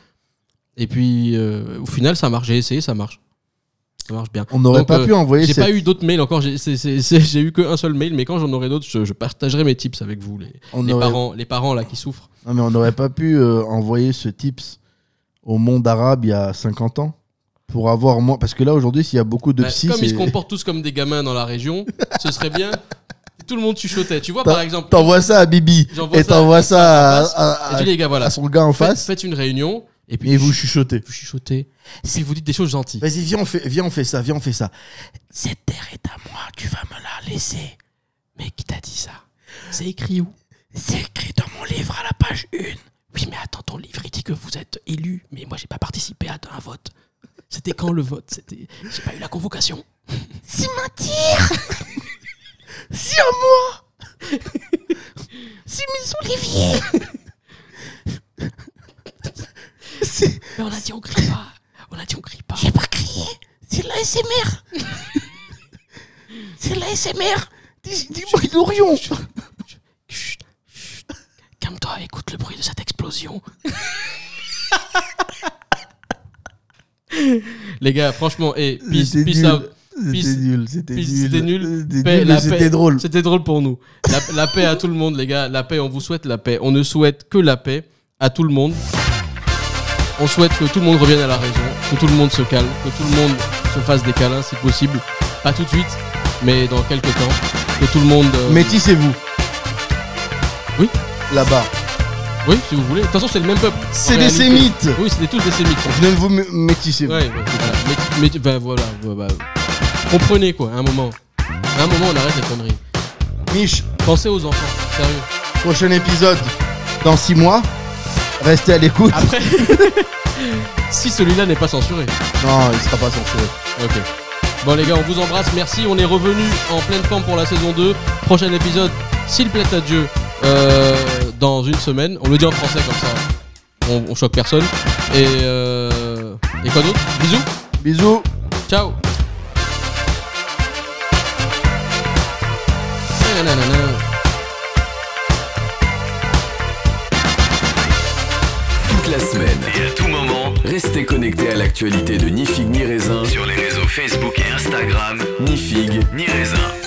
Speaker 9: Et puis, euh, au final, ça marche. J'ai essayé, ça marche. Ça marche bien.
Speaker 8: On n'aurait
Speaker 9: Donc,
Speaker 8: pas
Speaker 9: euh,
Speaker 8: pu envoyer
Speaker 9: J'ai
Speaker 8: cette-
Speaker 9: pas eu d'autres mails encore. J'ai c'est- c'est- c'est- j'ai eu qu'un seul mail, mais quand j'en aurai d'autres, je, je partagerai mes tips avec vous, les,
Speaker 8: on
Speaker 9: les
Speaker 8: aurait-
Speaker 9: parents, les parents là qui souffrent.
Speaker 8: Non, mais on n'aurait pas pu euh, envoyer ce tips au monde arabe il y a 50 ans pour avoir moins. Parce que là, aujourd'hui, s'il y a beaucoup de
Speaker 9: Bah,
Speaker 8: psy,
Speaker 9: comme ils se
Speaker 8: c'est-
Speaker 9: comportent tous comme des gamins dans la région, ce serait bien. Tout le monde chuchotait. Tu vois,
Speaker 8: T'en-
Speaker 9: par exemple,
Speaker 8: T'envoies ça à Bibi
Speaker 9: J'envoie
Speaker 8: et
Speaker 9: ça
Speaker 8: t'envoies ça à,
Speaker 9: face.
Speaker 8: à-
Speaker 9: et
Speaker 8: à-
Speaker 9: tu dis, les gars,
Speaker 8: à
Speaker 9: voilà,
Speaker 8: son gars en
Speaker 9: faites,
Speaker 8: face
Speaker 9: faites une réunion et puis
Speaker 8: et vous chuchotez.
Speaker 9: vous chuchotez. Si vous dites des choses gentilles.
Speaker 8: Vas-y, viens, on fait, viens, on fait ça, viens, on fait ça. Cette terre est à moi, tu vas me la laisser.
Speaker 9: Mais qui t'a dit ça C'est écrit où
Speaker 8: C'est écrit dans mon livre à la page 1.
Speaker 9: Oui, mais attends, ton livre, il dit que vous êtes élu, mais moi, j'ai pas participé à un vote. C'était quand le vote C'était. J'ai pas eu la convocation.
Speaker 8: C'est mentir Sur moi C'est mes oliviers C'est-
Speaker 9: Mais on a dit on crie pas. On a dit on crie pas.
Speaker 8: J'ai pas crié C'est de l'ASMR C'est de l'ASMR Dis- Dis-moi l'Orion
Speaker 9: Chut, chut. Calme-toi, écoute le bruit de cette explosion. Les gars, franchement, et peace,
Speaker 8: C'était
Speaker 9: peace
Speaker 8: nul.
Speaker 9: out.
Speaker 8: C'était
Speaker 9: Peace-
Speaker 8: nul, c'était
Speaker 9: Peace,
Speaker 8: nul.
Speaker 9: C'était nul. Paix,
Speaker 8: C'était nul,
Speaker 9: la
Speaker 8: mais
Speaker 9: paix.
Speaker 8: c'était drôle.
Speaker 9: C'était drôle pour nous. La, la paix à tout le monde, les gars. La paix, on vous souhaite la paix. On ne souhaite que la paix à tout le monde. On souhaite que tout le monde revienne à la raison, que tout le monde se calme, que tout le monde se fasse des câlins si possible. Pas tout de suite, mais dans quelques temps. Que tout le monde. euh,
Speaker 8: Métissez-vous.
Speaker 9: Oui.
Speaker 8: Là-bas.
Speaker 9: Oui, si vous voulez. De toute façon, c'est le même peuple.
Speaker 8: C'est
Speaker 9: En
Speaker 8: des
Speaker 9: réalité.
Speaker 8: sémites.
Speaker 9: Oui, c'était tous des sémites.
Speaker 8: Venez vous mé- métissez-vous.
Speaker 9: Ouais, ouais, voilà. Mais, mais- bah, voilà ouais, bah, comprenez quoi, à un moment. À un moment, on arrête les conneries.
Speaker 8: Mich,
Speaker 9: Pensez aux enfants, sérieux.
Speaker 8: prochain épisode dans 6 mois. Restez à l'écoute.
Speaker 9: Après, si celui-là n'est pas censuré.
Speaker 8: Non, il sera pas censuré.
Speaker 9: Ok. Bon les gars, on vous embrasse, merci. On est revenu en pleine forme pour la saison 2. Prochain épisode, s'il plaît à Dieu, euh, dans une semaine. On le dit en français comme ça. On, on choque personne. Et, euh, et quoi d'autre Bisous.
Speaker 8: Bisous.
Speaker 9: Ciao.
Speaker 7: Toute la semaine et à tout moment, restez connectés à l'actualité de Ni Figue Ni Raisin
Speaker 12: sur les réseaux Facebook et Instagram.
Speaker 7: Ni Figue
Speaker 12: Ni Raisin.